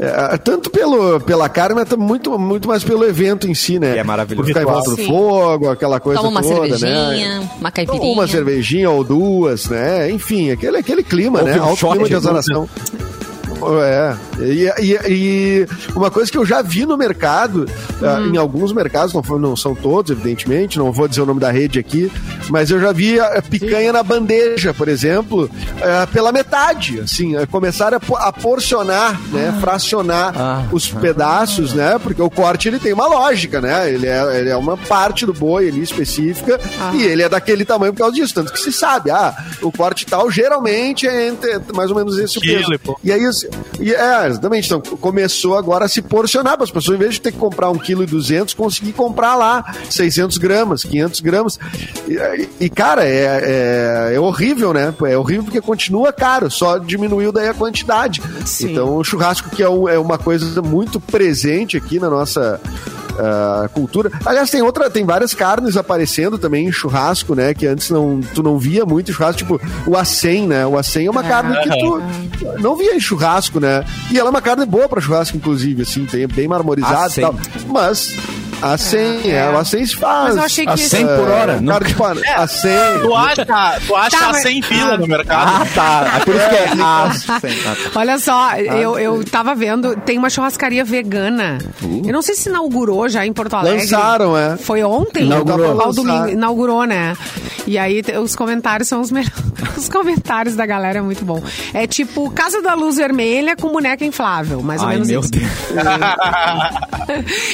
é, tanto pelo, pela carne, mas tam- muito, muito mais pelo evento em si, né?
Que é maravilhoso.
Por ficar em volta do
Sim.
fogo, aquela coisa
Toma uma
toda,
cervejinha,
né?
uma caipirinha.
Uma cervejinha ou duas, né? Enfim, aquele, aquele clima,
Houve
né?
um
Alto
shot
clima de
de
exalação. É, e, e- e uma coisa que eu já vi no mercado, ah, em alguns mercados, não, foi- não são todos, evidentemente, não vou dizer o nome da rede aqui, mas eu já vi a a picanha na bandeja, por exemplo, ah, pela metade, assim, ah, começaram a, po- a porcionar, né, fracionar
Ah.
os pedaços, né, porque o corte ele tem uma lógica, né, ele é, ele é uma parte do boi ali específica e ele é daquele tamanho por causa disso, tanto que se sabe, ah, o corte tal geralmente é entre mais ou menos esse
Quilo
peso.
e pouco.
E aí, os- e é, exatamente. Então, começou agora a se porcionar para as pessoas, em vez de ter que comprar 1,2 kg, conseguir comprar lá 600 gramas, 500 gramas. E, e, cara, é, é, é horrível, né? É horrível porque continua caro, só diminuiu daí a quantidade.
Sim.
Então, o churrasco, que é, um- é uma coisa muito presente aqui na nossa. ah, cultura. Aliás, tem outra, tem várias carnes aparecendo também em churrasco, né? Que antes não, tu não via muito em churrasco, tipo o acém, né? O acém é uma carne que tu não via em churrasco, né? E ela é uma carne boa pra churrasco, inclusive, assim, tem bem marmorizada e
Acém.
tal. Mas a 100, é, o a 100 se faz.
Ah, Mas eu achei que É.
A
isso-
100 por hora,
carne
nunca.
de pan- a 100.
Tu acha, Ah, tu acha
Tá, mas-
100 pila no mercado?
Ah, tá. É por isso que é. Ah, sim. Ah, tá.
Olha só, eu, eu tava vendo, tem uma churrascaria vegana. Eu não sei se inaugurou já em Porto Alegre.
Uh. Lançaram, é.
Foi ontem?
Inaugurou.
Ao domingo,
Lançaram.
inaugurou, né? E aí te- os comentários são os melhores. Os comentários da galera é muito bom. É tipo Casa da Luz Vermelha com boneca inflável, mais ou
Ai,
menos
meu
isso.
Deus.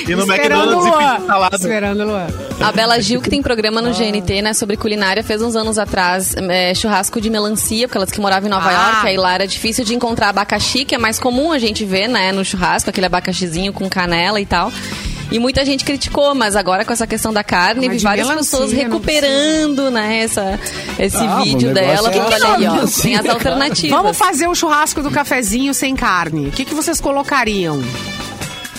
E no
Esperando
McDonald's
o
e
Luan.
pedindo salada.
Esperando o Luan.
A Bela Gil, que tem programa
Ah.
no GNT, né, sobre culinária, fez uns anos atrás é, churrasco de melancia, porque elas que moravam em Nova
Ah.
York, aí lá era difícil de encontrar abacaxi, que é mais comum a gente ver, né, no churrasco, aquele abacaxizinho com canela e tal. E muita gente criticou, mas agora com essa questão da carne,
Mas
vi
Ah, de
várias
melancia, né,
pessoas
não
recuperando, né, essa, esse
Ah,
vídeo
o negócio
dela.
é
Porque
essa
olha aí, ó,
melancia,
tem as
cara.
alternativas.
Vamos fazer o churrasco do cafezinho sem carne. O que, que vocês colocariam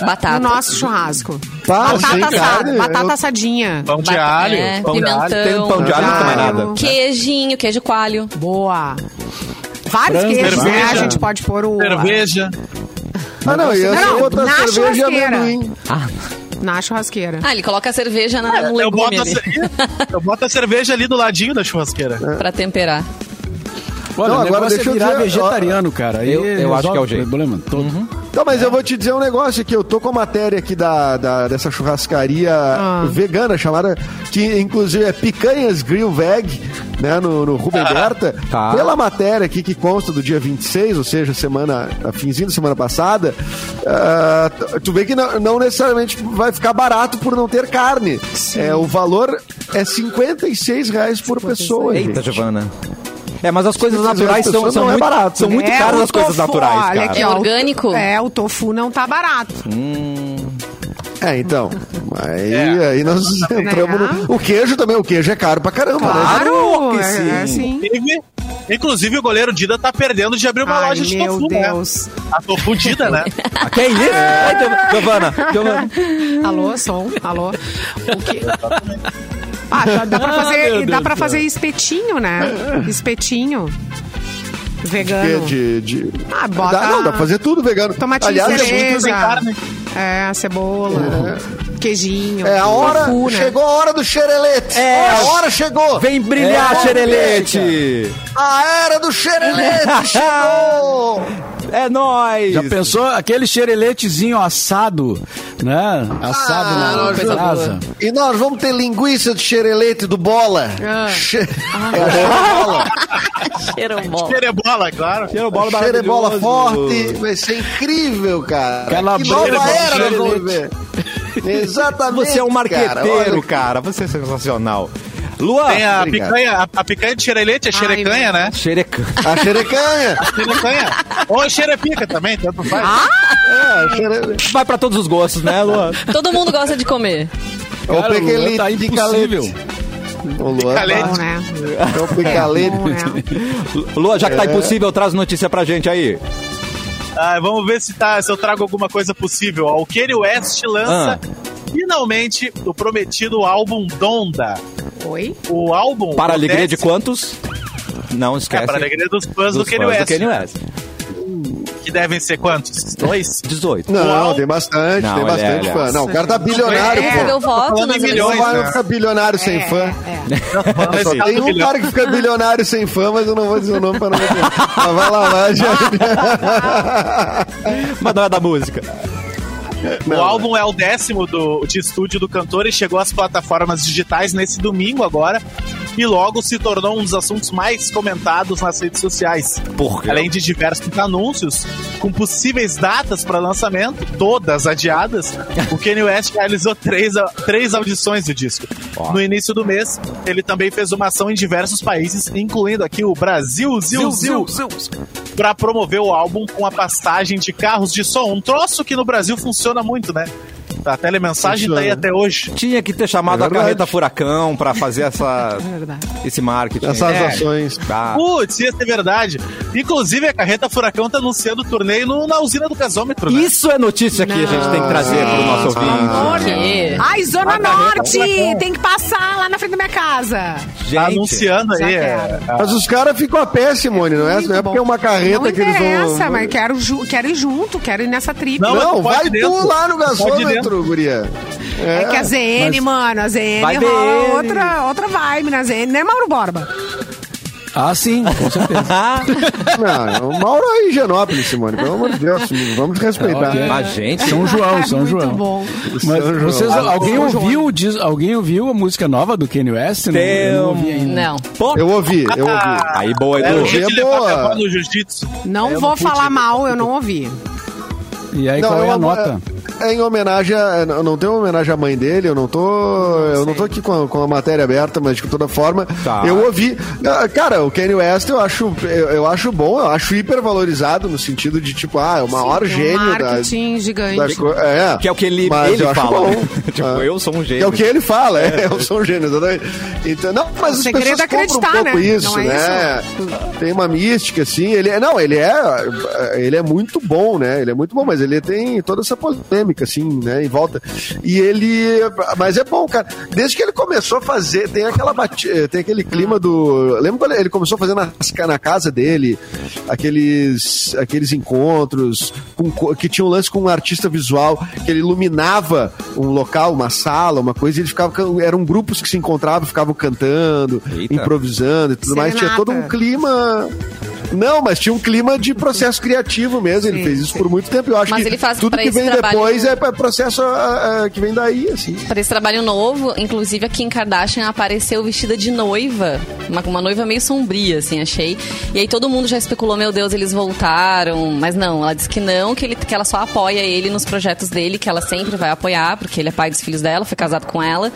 Batata.
no nosso churrasco?
Pá, sem
batata assada,
carne, né? é um
batata
eu-
assadinha.
Pão de
Batata-
alho.
é,
pão de alho.
Tem
pimentão.
pão de
Ah,
alho, não toma
Claro.
nada.
Queijinho, queijo coalho.
Boa. Vários
Frango,
queijos, né?
cerveja.
A gente pode pôr o.
Cerveja.
Ah, não, e assim,
Não,
outra
na
cerveja e
churrasqueira.
amendoim.
Na churrasqueira.
Ah, ele coloca a cerveja na, no
Eu
legume
boto, a,
ali,
ce- eu boto a cerveja ali do ladinho da churrasqueira.
pra temperar.
Olha,
Não,
o
agora
negócio
deixa
é
eu
virar
dizer, ó,
vegetariano, cara. Aí
eu- eu acho
resolve
que é o jeito.
problema todo.
Então, mas eu vou te dizer um negócio aqui. Eu tô com a matéria aqui da, da- dessa churrascaria
Ah.
vegana, chamada, que inclusive é Picanhas Grill Veg, né, no, no Rubem Berta.
Tá.
Pela matéria aqui que consta do dia 26, ou seja, semana, a finzinho da semana passada, ah, t- tu vê que não, não necessariamente vai ficar barato por não ter carne. É, o valor é 56 reais por pessoa.
Eita,
gente.
Giovana. É, mas as coisas
Sim, mas
naturais são,
as pessoas
são
não é
muito,
barato,
são
né?
muito
É,
caras
o
as coisas
tofu,
É
naturais,
olha
cara.
aqui,
É
ó, o-
orgânico?
É, o tofu não tá barato.
É, então. Aí,
É.
aí nós entramos
Né?
no. O queijo também, o queijo é caro pra caramba, né?
Claro,
que
é, é
sim.
assim.
Inclusive, inclusive, o goleiro Dida tá perdendo de abrir uma
Ai,
loja de
meu
tofu,
Deus.
né? A tofu Dida, né?
Ah, que isso? Ai, Giov- Giovana, Giovana.
Hum.
Alô, som, alô. O que... Ah, dá, dá pra fazer,
meu
dá
Deus
pra
do
fazer espetinho, né? Espetinho.
Que
Vegano.
é De, de...
Ah, bota-
Dá, não, dá pra fazer tudo vegano.
Tomatinho
Aliás, é muito
cereja.
carne.
É, a cebola. Queijinho.
É a hora,
tofu, né?
chegou a hora do xerelete.
É.
a hora chegou.
Vem brilhar,
É,
xerelete.
A era do xerelete chegou.
É nóis.
Já pensou aquele xereletezinho assado, né? Assado
Ah,
na- na
coisa
brasa.
E nós vamos ter linguiça de xerelete do bola.
Ah.
Che... É a xerebola.
Cheiromol.
Xerebola, é claro.
Cheiro bola
Xerebola
maravilhoso.
é forte. Vai ser incrível, cara.
Aquela
que nova
xerebola,
era nós vamos
xerelete.
ver. Exatamente,
Você é um marqueteiro, cara.
Olha,
Você é sensacional.
é
Luan.
Tem a
Obrigado.
picanha, a, a picanha de xerelete, a xerecanha, né?
Xereca.
A xerecanha.
Xerecanha. Ou a xerepica também, então. tanto faz.
É, a xere...
Vai pra todos os gostos, né, Luan?
Todo mundo gosta de comer.
É o
Cara, o Luan
pequelete
tá
de
impossível.
calete. O Luan,
Picalete.
Bom,
tá-
né?
é o picalete.
Bom, né?
Luan, já que tá
É.
impossível, traz notícia pra gente aí.
Ah, vamos ver se, tá, se eu trago alguma coisa possível. ó. O Kanye West lança
Ah.
finalmente o prometido álbum Donda.
Oi?
O álbum.
Para a alegria de
acontece-
quantos? Não esquece.
É, para a alegria dos fãs
dos
do Kanye
fãs
West.
Kanye West.
Que devem ser quantos? Dois?
18.
Não,
Uau.
tem bastante,
Não, é,
tem
olha,
bastante
olha.
fã. Não, o cara tá bilionário,
É,
Recebeu
pô.
voto
falando
nas
em
Não
milhões,
eleições.
vai
né?
ficar bilionário sem
É,
fã.
é.
Só
Esse
tem
álbum
um
milhão.
cara que fica bilionário sem fã, mas eu não vou dizer o nome pra não meter. Mas vai lá, vai, já.
Mas não é da música. né?
o álbum é o décimo do, de estúdio do cantor e chegou às plataformas digitais nesse domingo agora. E logo se tornou um dos assuntos mais comentados nas redes sociais.
Por quê?
Além de diversos anúncios, com possíveis datas para lançamento, todas adiadas, o Kanye West realizou três, a- três audições do disco.
Ó.
No início do mês, ele também fez uma ação em diversos países, incluindo aqui o Brasil, Zil, Zil, para promover o álbum com a passagem de carros de som. Um troço que no Brasil funciona muito, né? A telemensagem tá aí
Funciona.
até hoje.
Tinha que ter chamado
É
a
verdade.
carreta Furacão pra fazer essa,
é Verdade.
esse marketing.
Essas
É.
ações.
Ah,
Putz, isso é verdade. Inclusive, a carreta Furacão tá anunciando o torneio no- na usina do gasômetro, né?
isso é notícia que a gente tem que trazer pro nosso
Gente, pelo amor
ouvinte.
de-
Que?
Ah.
Ai, Zona
Margareta,
Norte!
Furacão.
Tem que passar lá na frente da minha casa.
Gente,
Tá anunciando
Já
aí.
quero.
é,
Mas os caras ficam a pé, Simone, não é?
Muito
Não é
bom.
porque é uma carreta
Não
que eles vão.
interessa, mas quero, ju- quero ir junto, quero ir nessa trip.
Não,
Não,
Pode
vai
dentro.
tu lá no
Pode
gasômetro,
dentro.
guria.
É que a ZN,
mas-
mano, a ZN
Vai
rola
BN.
outra, outra vibe na ZN, né, Mauro Borba?
Ah, sim, com certeza.
Não, o Mauro é Higienópolis, Simone. Pelo amor de Deus, vamos respeitar.
É,
Mas, gente,
São João, São
É Muito
João.
bom.
Mas
São João.
vocês,
Ah,
alguém,
São João.
ouviu, diz- alguém ouviu a música nova do Kanye West? Não, eu não ouvi ainda.
Não.
pô,
Eu ouvi, eu ouvi.
Aí, boa,
Era
Edu.
o jeito
É
de levar
boa.
a cavalo no jiu-jitsu.
Não vou falar mal, eu não ouvi.
E aí, qual é a
eu-
nota?
É, em homenagem a, não- não tem uma homenagem à mãe dele, eu não tô. eu não tô aqui com a, com a matéria aberta, mas de toda forma,
Tá.
eu ouvi. Ah, Cara, o Kanye West eu acho, eu, eu acho bom, eu acho hipervalorizado no sentido de tipo, ah, é o maior
Sim, tem um
gênio da.
marketing
da
gigante.
co- é,
Que é o que ele,
mas
ele
eu acho
fala.
bom.
né? tipo,
Ah.
eu sou um
Que
gênio.
é o que ele fala, é. Eu sou um gênio, exatamente. Então, não, mas
O
as
segredo
pessoas
é acreditar,
compram um pouco
né?
isso,
Não é
né? Tem uma mística, assim. Ele é, não, ele é, ele é muito bom, né? Ele é muito bom, mas ele tem toda essa polêmica, assim, né? Em volta. E ele, mas é bom, cara. Desde que ele começou a fazer, tem aquela bati- tem aquele clima do, lembra quando ele começou a fazer na, na casa dele, aqueles, aqueles encontros com co- que tinha um lance com um artista visual que ele iluminava um local, uma sala, uma coisa, e ele ficava can- eram grupos que se encontravam, e ficavam cantando,
Eita.
improvisando e tudo mais,
Serenata.
tinha todo um clima não, mas tinha um clima de processo criativo mesmo. ele
Sim,
fez isso
sim.
por muito tempo. Eu acho
Mas
que
ele faz
tudo
pra
que
esse
vem
trabalho-
depois é pra- processo ah, ah, que vem daí, assim.
Para esse trabalho novo, inclusive a Kim Kardashian apareceu vestida de noiva, uma, uma noiva meio sombria, assim, achei. E aí todo mundo já especulou, meu Deus, eles voltaram, mas não, ela disse que não, que, ele, que ela só apoia ele nos projetos dele, que ela sempre vai apoiar, porque ele é pai dos filhos dela, foi casado com ela.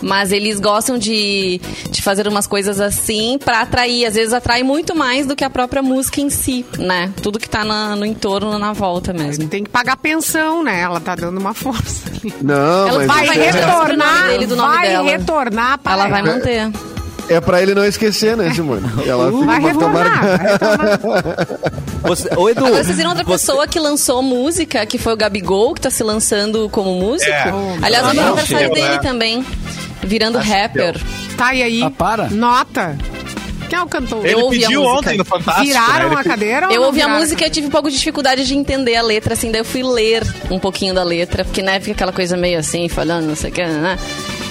Mas eles gostam de, de fazer umas coisas assim pra atrair, às vezes atrai muito mais do que a própria própria música em si, né? Tudo que tá na- no entorno, na volta mesmo.
Tem que pagar pensão, né? Ela tá dando uma força ali.
Não,
Ela
mas
Vai
Mas é.
retornar,
Dele, do nome
vai
dela.
retornar para
Ela vai manter.
é pra ele não esquecer, né, Simone? Ela fica
Vai
uma
retornar, vai retornar.
Você, ô, Edu,
Agora vocês viram outra
você-
pessoa que lançou música, que foi o Gabigol, que tá se lançando como músico.
É.
Aliás, hoje é
Ah,
o
não,
aniversário
chega,
dele
né? Ah,
também. Virando rapper.
Tá, e aí?
Ah, para.
Nota. Quem é o cantor?
Ele
Eu ouvi a
pediu
música.
ontem no Fantástico. né?
Viraram
Ele
a
pe-
cadeira? ou
Eu
não
ouvi a
viraram?
música e eu tive um pouco de dificuldade de entender a letra, assim, daí eu fui ler um pouquinho da letra, porque né, fica aquela coisa meio assim, falando, não sei o que, né?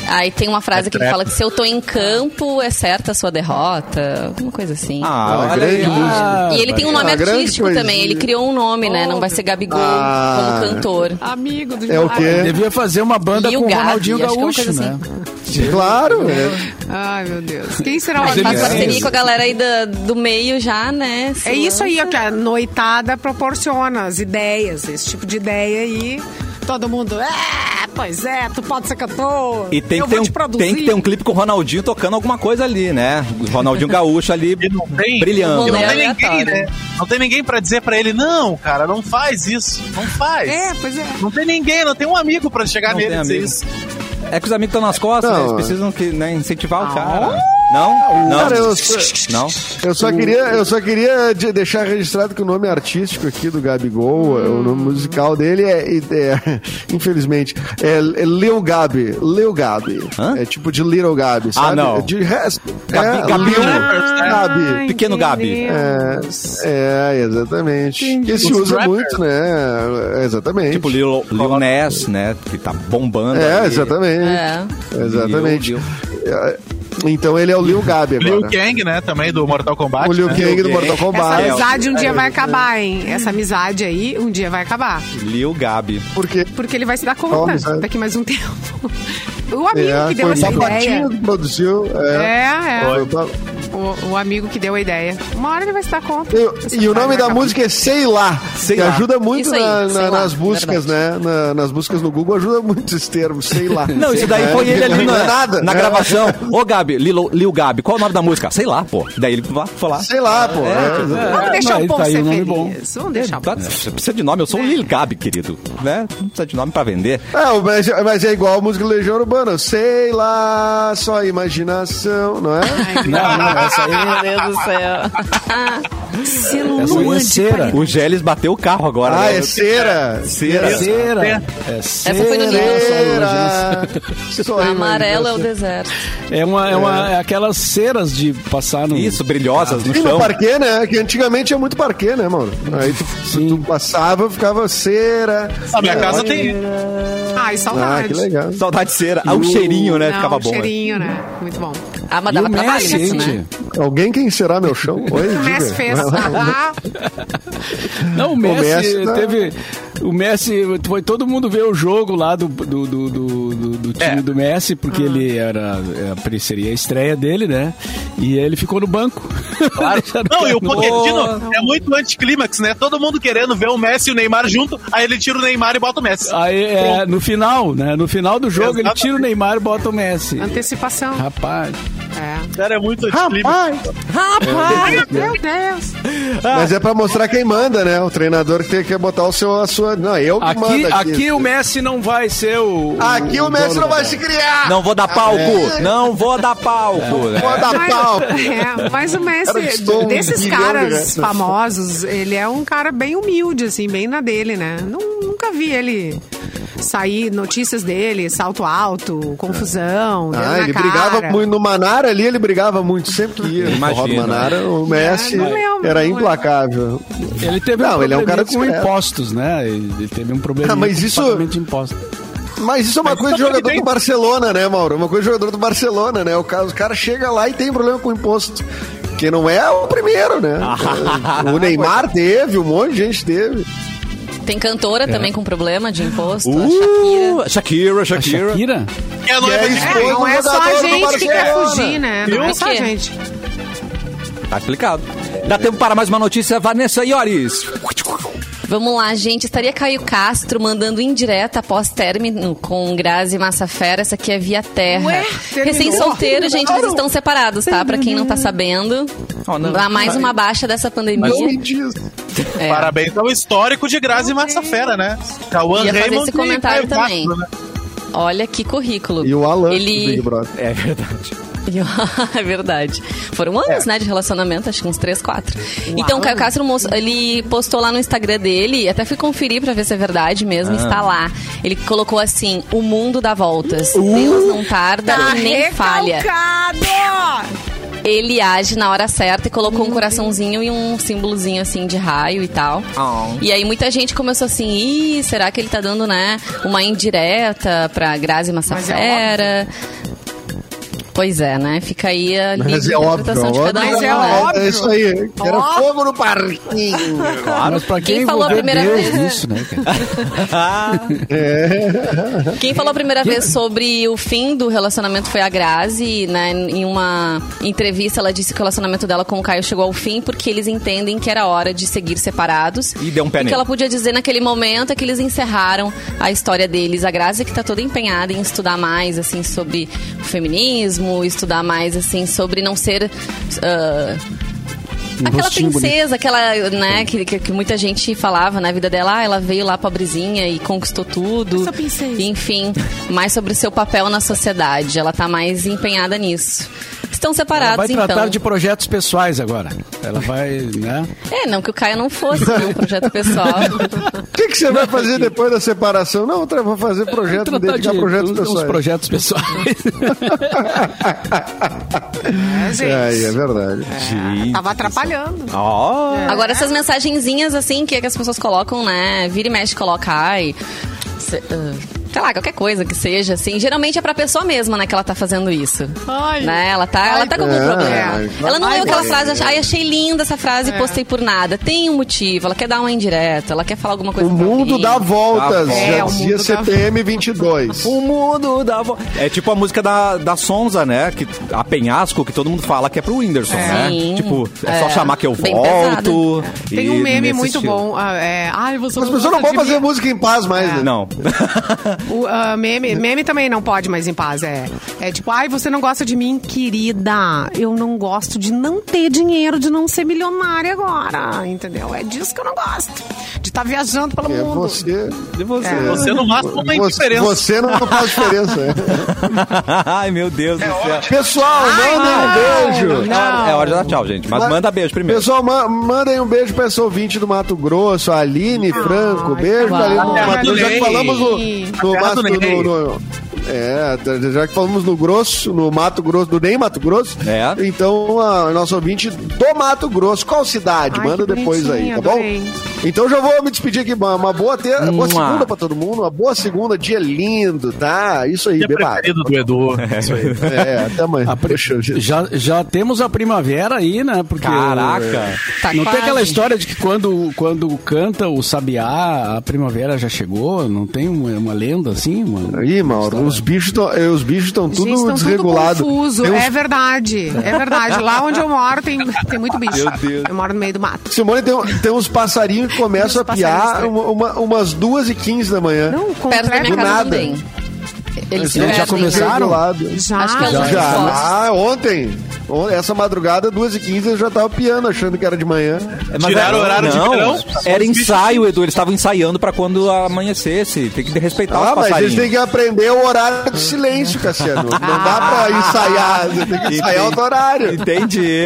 Aí tem uma
É
frase que ele fala que se eu tô em campo, é certa a sua derrota, alguma coisa assim.
Ah,
Ela é
olha aí.
grande música.
e ele tem um nome
Ah, grande
artístico também,
coisinha.
ele criou um nome, né?
Oh,
Não vai ser Gabigol
Ah.
como cantor.
Amigo do
É o
Gilmar.
quê?
Devia fazer uma banda
Lil
com o
Gabi,
Ronaldinho
acho que é uma coisa
Gaúcho, né?
assim.
Claro, é.
Ai, meu Deus. Quem será o
Aí
Mas
faz
amigo?
ele-
é
parceria com a galera aí da- do, meio já, né?
É isso aí, ó, que a noitada proporciona as ideias, esse tipo de ideia aí. Todo mundo, é, pois é, tu pode ser cantor.
E tem
eu
que, ter
vou
um,
te produzir.
tem que ter um clipe com o Ronaldinho tocando alguma coisa ali, né? O Ronaldinho Gaúcho ali
E não tem-
brilhando.
E não
É
tem ninguém,
aleatório.
né? Não tem ninguém pra dizer pra ele, não, cara, não faz isso. Não faz.
É, pois é.
Não tem ninguém, não tem um amigo pra chegar
Não
nele
tem
e dizer
amigo.
isso.
É que os amigos estão nas costas,
Não.
né? eles precisam que, né, incentivar o cara. Não? Não.
Cara, eu-
Não?
Eu só queria, eu só queria de- deixar registrado que o nome artístico aqui do Gabigol, é, o
Hum.
nome musical dele é, é- infelizmente, é, é Lil Gabi, Lil Gabi.
Hã? Ah,
É tipo de Little Gabi, sabe?
não.
De resto,
Gabi-
é,
Gabi- né?
Lil
Ah,
Gabi.
Pequeno Gabi.
É, exatamente. Que se
Os
usa
rappers.
muito, né? Exatamente.
Tipo Lil, Lil Ness, né? Que tá bombando.
é,
ali.
exatamente.
É.
Exatamente.
Lil,
É, Então ele é o Lil Gabi agora.
Liu Kang, né? Também do Mortal Kombat.
o Liu
né?
Kang do
Kang.
Mortal
Essa
Kombat.
amizade um
é.
dia vai acabar, hein? Essa amizade aí um dia vai acabar.
Lil Gabi.
Porque
Porque ele vai se dar
Qual
conta
amizade?
daqui mais um tempo. O amigo
é,
que deu
foi o
essa ideia.
Papatinho que produziu. É.
É, é.
Foi o Pa-
O, o amigo que deu a ideia. Uma hora ele vai se dar conta.
Eu-
Essa
e o
amizade vai
nome da
acabar.
música é Sei Lá,
Sei
que
Lá.
ajuda muito
Isso aí,
na- na-
Sei Lá,
nas buscas, né? Na- nas buscas no Google ajuda muito esse termo, Sei Lá.
Não, isso daí
É,
foi ele ali
não é
na,
nada.
na
É.
gravação. Ô, Gabi, Lil, Lil Gabi, qual é o nome da música? Sei lá, pô. Daí ele vai falar.
Sei Lá, pô. é.
Vamos deixar
Mas
o povo
tá aí
ser
um nome
feliz.
bom.
Vamos deixar o
Tá,
povo.
você precisa de nome, eu sou o Lil Gabi, querido. Né? Não precisa de nome pra vender.
É, mas, mas é igual a música do Legião Urbana, Sei Lá, só imaginação, não é?
Não, não, essa aí,
Meu Deus do céu.
essa aí é cera.
O Gélis bateu o carro agora.
Ah,
né?
é cera.
Cera.
É cera. É
Essa foi no Rio.
Cera. Só
Amarelo é o
imaginação.
deserto.
É, uma, é, uma, é aquelas ceras de passar no...
Isso, brilhosas no
E no
chão.
parquê, né? Que antigamente é muito parquê, né, mano? Aí tu, tu passava, ficava cera.
A minha
É,
casa
olha-
tem.
Ai,
Ah,
é saudade.
que legal.
Saudade de cera. Ah, o cheirinho, né?
Não,
Ficava
um
bom. né?
cheirinho, né? Muito bom.
Ah, mas
E
dava
o
trabalho
Messi,
isso, né?
gente.
Alguém quem será meu chão? Oi,
O Messi
diga.
fez.
Vai lá.
Ah,
Não, o Messi,
Messi tá-
teve... O Messi, foi todo mundo ver o jogo lá do, do, do, do- do- do
É.
time do Messi, porque ele era, é, seria a estreia dele, né? E ele ficou no banco. Claro.
Não, e o Pochettino é muito anticlímax, né? Todo mundo querendo ver o Messi e o Neymar junto, aí ele tira o Neymar e bota o Messi.
Aí, é, no final, né? No final do jogo, ele tira o Neymar e bota o Messi.
antecipação.
Ah.
Rapaz.
É.
Cara, é muito anticlímax.
Rapaz, É.
Ai, meu Deus.
mas é pra mostrar quem manda, né? O treinador que tem que botar o seu, a sua. Não, eu que
Aqui,
mando
aqui.
aqui. Ah,
o Messi não vai ser o.
Aqui o Messi não vai se criar.
Não vou dar palco!
é.
Não vou dar palco! né?
Vou dar
Mas,
pau.
é, mas o Messi,
Cara, custou Tá um
desses
bilhão de
caras
reais.
famosos, ele é um cara bem humilde, assim, bem na dele, né? Nu- nunca vi ele sair notícias dele, salto alto, confusão. dedo
Ah,
na
ele
cara.
brigava muito no Manara ali, ele brigava muito, sempre que ia.
Imagino.
Imagina, Manara, o Messi
não é lembro,
era
não
implacável.
Ele teve
Não,
um
ele é um cara
com
discreto.
impostos, né? Ele ele teve um problema
Ah, mas isso-
de impostos.
Mas isso é uma coisa de
também
jogador
tem.
do Barcelona, né, Mauro? Uma coisa de jogador do Barcelona, né? O cara, o cara chega lá e tem problema com imposto. Que não é o primeiro, né? o Neymar teve, um monte de gente teve.
Tem cantora também com problema de imposto. a Shakira.
Uh, Shakira,
A
Shakira.
Shakira?
Que é a noiva
E aí,
de
É,
Foi
não
um
é só
jogador
a
do
gente que quer
Barcelona.
fugir, né? Não é
Viu?
só a
Por quê?
gente.
Tá explicado. Dá tempo para mais uma notícia. Vanessa Iores.
Vamos lá, gente. Estaria Caio Castro mandando indireta após término com Grazi Massafera. Essa aqui é via terra.
Ué, terminou?
Recém-solteiro, gente, eles estão separados, tá? Pra quem não tá sabendo.
Oh, não.
Dá
Tá.
mais uma baixa dessa pandemia.
Não me diz.
É.
Parabéns ao histórico de Grazi Massafera, né? Cauã
Ia fazer
Raymond
esse comentário
e Caio
também.
Castro, né?
Olha que currículo.
E o Alan do
Ele...
Big Brother.
É verdade.
é verdade. Foram anos, né, de relacionamento, acho que uns três, quatro. Então, o Caio Castro, mos- ele postou lá no Instagram dele, até fui conferir pra ver se é verdade mesmo, está lá. Ele colocou assim, o mundo dá voltas, Deus não tarda e Tá nem falha.
Tá Recalcado!
Ele age na hora certa e colocou um coraçãozinho e um símbolozinho, assim, de raio e tal.
Oh.
E aí muita gente começou assim, Ih, será que ele tá dando, né, uma indireta pra Grazi Massafera?
é
pois é, né? Fica aí a
Mas
livre
é óbvio.
interpretação de cada um.
Mas é
né?
óbvio.
É isso aí. Quero
Ó.
fogo no parquinho.
Mas pra quem,
Quem falou a
envolveu
primeira
Deus
vez, né?
nisso, né, cara?
É.
Né?
Quem falou a primeira vez sobre o fim do relacionamento foi a Grazi, né? Em uma entrevista, ela disse que o relacionamento dela com o Caio chegou ao fim porque eles entendem que era hora de seguir separados.
E deu um pé
O que
nele.
ela podia dizer naquele momento é que eles encerraram a história deles. A Grazi que tá toda empenhada em estudar mais, assim, sobre o feminismo, estudar mais, assim, sobre não ser... ah,
Um
Aquela
rostinho bonito.
princesa, aquela, né, que, que, que muita gente falava na vida dela, ah, ela veio lá pobrezinha e conquistou tudo.
Essa princesa.
Enfim, mais sobre o seu papel na sociedade. Ela tá mais empenhada nisso. Estão
Ela vai
separados,
tratar
então.
de projetos pessoais agora. Ela vai, né?
É, não que o Caio não fosse, né, um projeto pessoal.
O que, que você vai fazer depois da separação? Não, outra, vou fazer projeto,
tratar
dedicar projetos
uns
pessoais.
projetos pessoais.
É, gente. ah,
Aí, é verdade.
Gente.
Tava atrapalhando.
Né?
Ó.
Agora, essas mensagenzinhas, assim, que, que as pessoas colocam, né, vira e mexe, coloca, ai... se- ah, Sei lá, qualquer coisa que seja, assim. Geralmente é pra pessoa mesma, né, que ela tá fazendo isso.
Ai.
Né? Ela tá, ela tá com algum
É,
problema.
é.
Ela não
Ai,
leu aquela
é.
frase, ach- ai, achei linda essa frase e postei por nada. Tem um motivo, ela quer dar uma indireta, ela quer falar alguma coisa
O mundo
pra
dá
alguém.
voltas,
Dá
já
voltas. É,
dizia
o mundo dá
CPM 22.
O mundo da vo... É tipo a música da, da Sonza, né? Que, a Penhasco, que todo mundo fala que é pro Whindersson, né?
Sim.
Tipo, é, só
É.
chamar que eu
Bem
volto. e
Tem um meme
nesse
muito
estilo.
bom. ah, é, Ai, você
As
não
pessoas não
gosta
vão
de
fazer
mim.
música em paz mais,
É.
né?
Não.
O, ah, meme, meme também não pode mais em paz. É, é tipo, ai, você não gosta de mim, querida. Eu não gosto de não ter dinheiro, de não ser milionária agora. Entendeu? É disso que eu não gosto. De estar viajando pelo
É
mundo. É.
você. É
Você no máximo tem
Você,
diferença.
você não faz diferença. é.
Ai, meu Deus do céu. Ah,
Pessoal, mandem um beijo.
Não.
É hora de dar tchau, gente. Mas
Ma-
manda beijo primeiro.
Pessoal, ma mandem um beijo pra essa ouvinte do Mato Grosso, a Aline Franco. Beijo pra
tá
Aline
bom.
do Mato Grosso. Já que
Adorei.
falamos no, no
Terra
Mato
do
no,
Ney.
no- É, já que falamos no grosso, no Mato Grosso, do nem Mato Grosso,
É.
então a nossa ouvinte do Mato Grosso, qual cidade?
Ai,
Manda
que
depois aí,
bonitinho,
tá bom?
adorei.
Então já vou me despedir aqui, uma, uma boa, ter, uma boa
Mua.
segunda pra todo mundo, uma boa segunda, dia lindo, tá? Isso aí,
Dia
beba.
preferido do Edu. Isso aí.
É, até amanhã.
A pri-
Poxa, gente.
já, já temos a primavera aí, né? Porque
Caraca.
Tá
não
quase.
tem aquela história de que quando, quando canta o sabiá, a primavera já chegou? Não tem uma, uma lenda assim? Uma...
Ih, Mauro, os bichos estão tudo
Gente, estão tudo
desregulado.
confuso.
Tem uns-
É verdade, é verdade. Lá onde eu moro tem, tem muito bicho.
Meu Deus.
Eu moro no meio do mato.
Simone, tem, um- tem uns passarinhos que começam
É Uns
a
passarinhos
piar
estranhos.
uma, uma- umas 2h15 da manhã.
Não,
Perto da minha
Do
casa
nada.
também.
Eles
Eles
já
perdem.
começaram?
Desregulado.
Já,
Acho que é
já.
longe de
Já.
Foz.
Ah, ontem. On- Essa madrugada, 2h15, eu já tava piando, achando que era de manhã.
Mas
Tiraram o horário de
não,
verão?
Era ensaio, Edu. Eles estavam ensaiando pra quando amanhecesse. Tem que respeitar
Ah,
os
mas
passarinhos.
eles têm que aprender o horário do silêncio, Cassiano. Não
Ah.
dá pra ensaiar, você tem que ensaiar outro horário.
Entendi.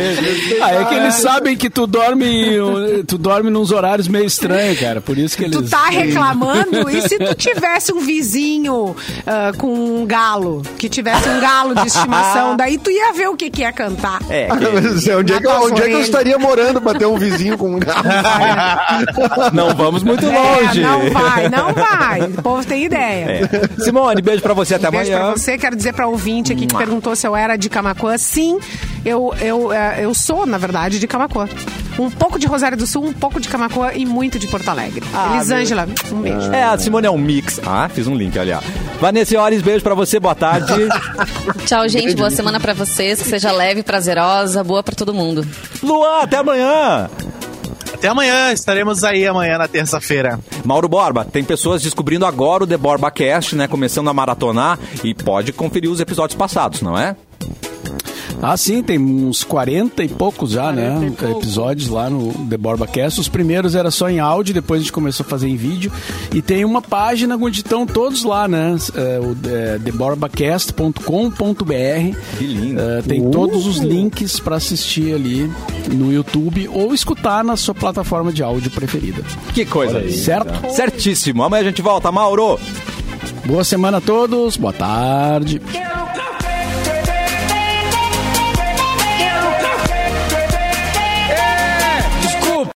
Ah, é que eles sabem que tu dorme, um, tu dorme nos horários meio estranhos, cara. Por isso que eles.
Tu tá reclamando? E se tu tivesse um vizinho ah, com um galo, que tivesse um galo de estimação, daí tu ia ver o que, que ia cantar.
É,
Mas é, onde é que, eu- onde é que eu
Orelha.
estaria morando pra ter um vizinho com um galo?
não vamos muito Tá longe.
É, não vai, não vai. O povo tem ideia.
É. Simone, beijo pra você. Até
Beijo
amanhã.
pra você, quero dizer pra ouvinte aqui que perguntou se eu era de Camacuã. Sim, eu, eu, eh, eu sou, na verdade, de Camacuã. Um pouco de Rosário do Sul, um pouco de Camacuã e muito de Porto Alegre.
Ah,
Elisângela, um beijo.
É, a Simone é um mix. Ah, fiz um link, olha. Vanessa Ores, beijo pra você, boa tarde.
Tchau, gente. Boa semana pra vocês. Que seja leve, prazerosa, boa pra todo mundo.
Luan, até amanhã.
Até Até amanhã, estaremos aí amanhã na terça-feira.
Mauro Borba, tem pessoas descobrindo agora o The Borba Cast, né? Começando a maratonar e pode conferir os episódios passados, não é?
Ah, sim, tem uns 40 e poucos já, né? Episódios lá no The Borba Cast. Os primeiros era só em áudio, depois a gente começou a fazer em vídeo. E tem uma página onde estão todos lá, né? É, o é, theborbacast.com.br.
Que lindo.
É, tem todos os links para assistir ali no YouTube ou escutar na sua plataforma de áudio preferida.
Que coisa aí.
Certo?
Certíssimo. Amanhã a gente volta, Mauro.
Boa semana a todos, boa tarde.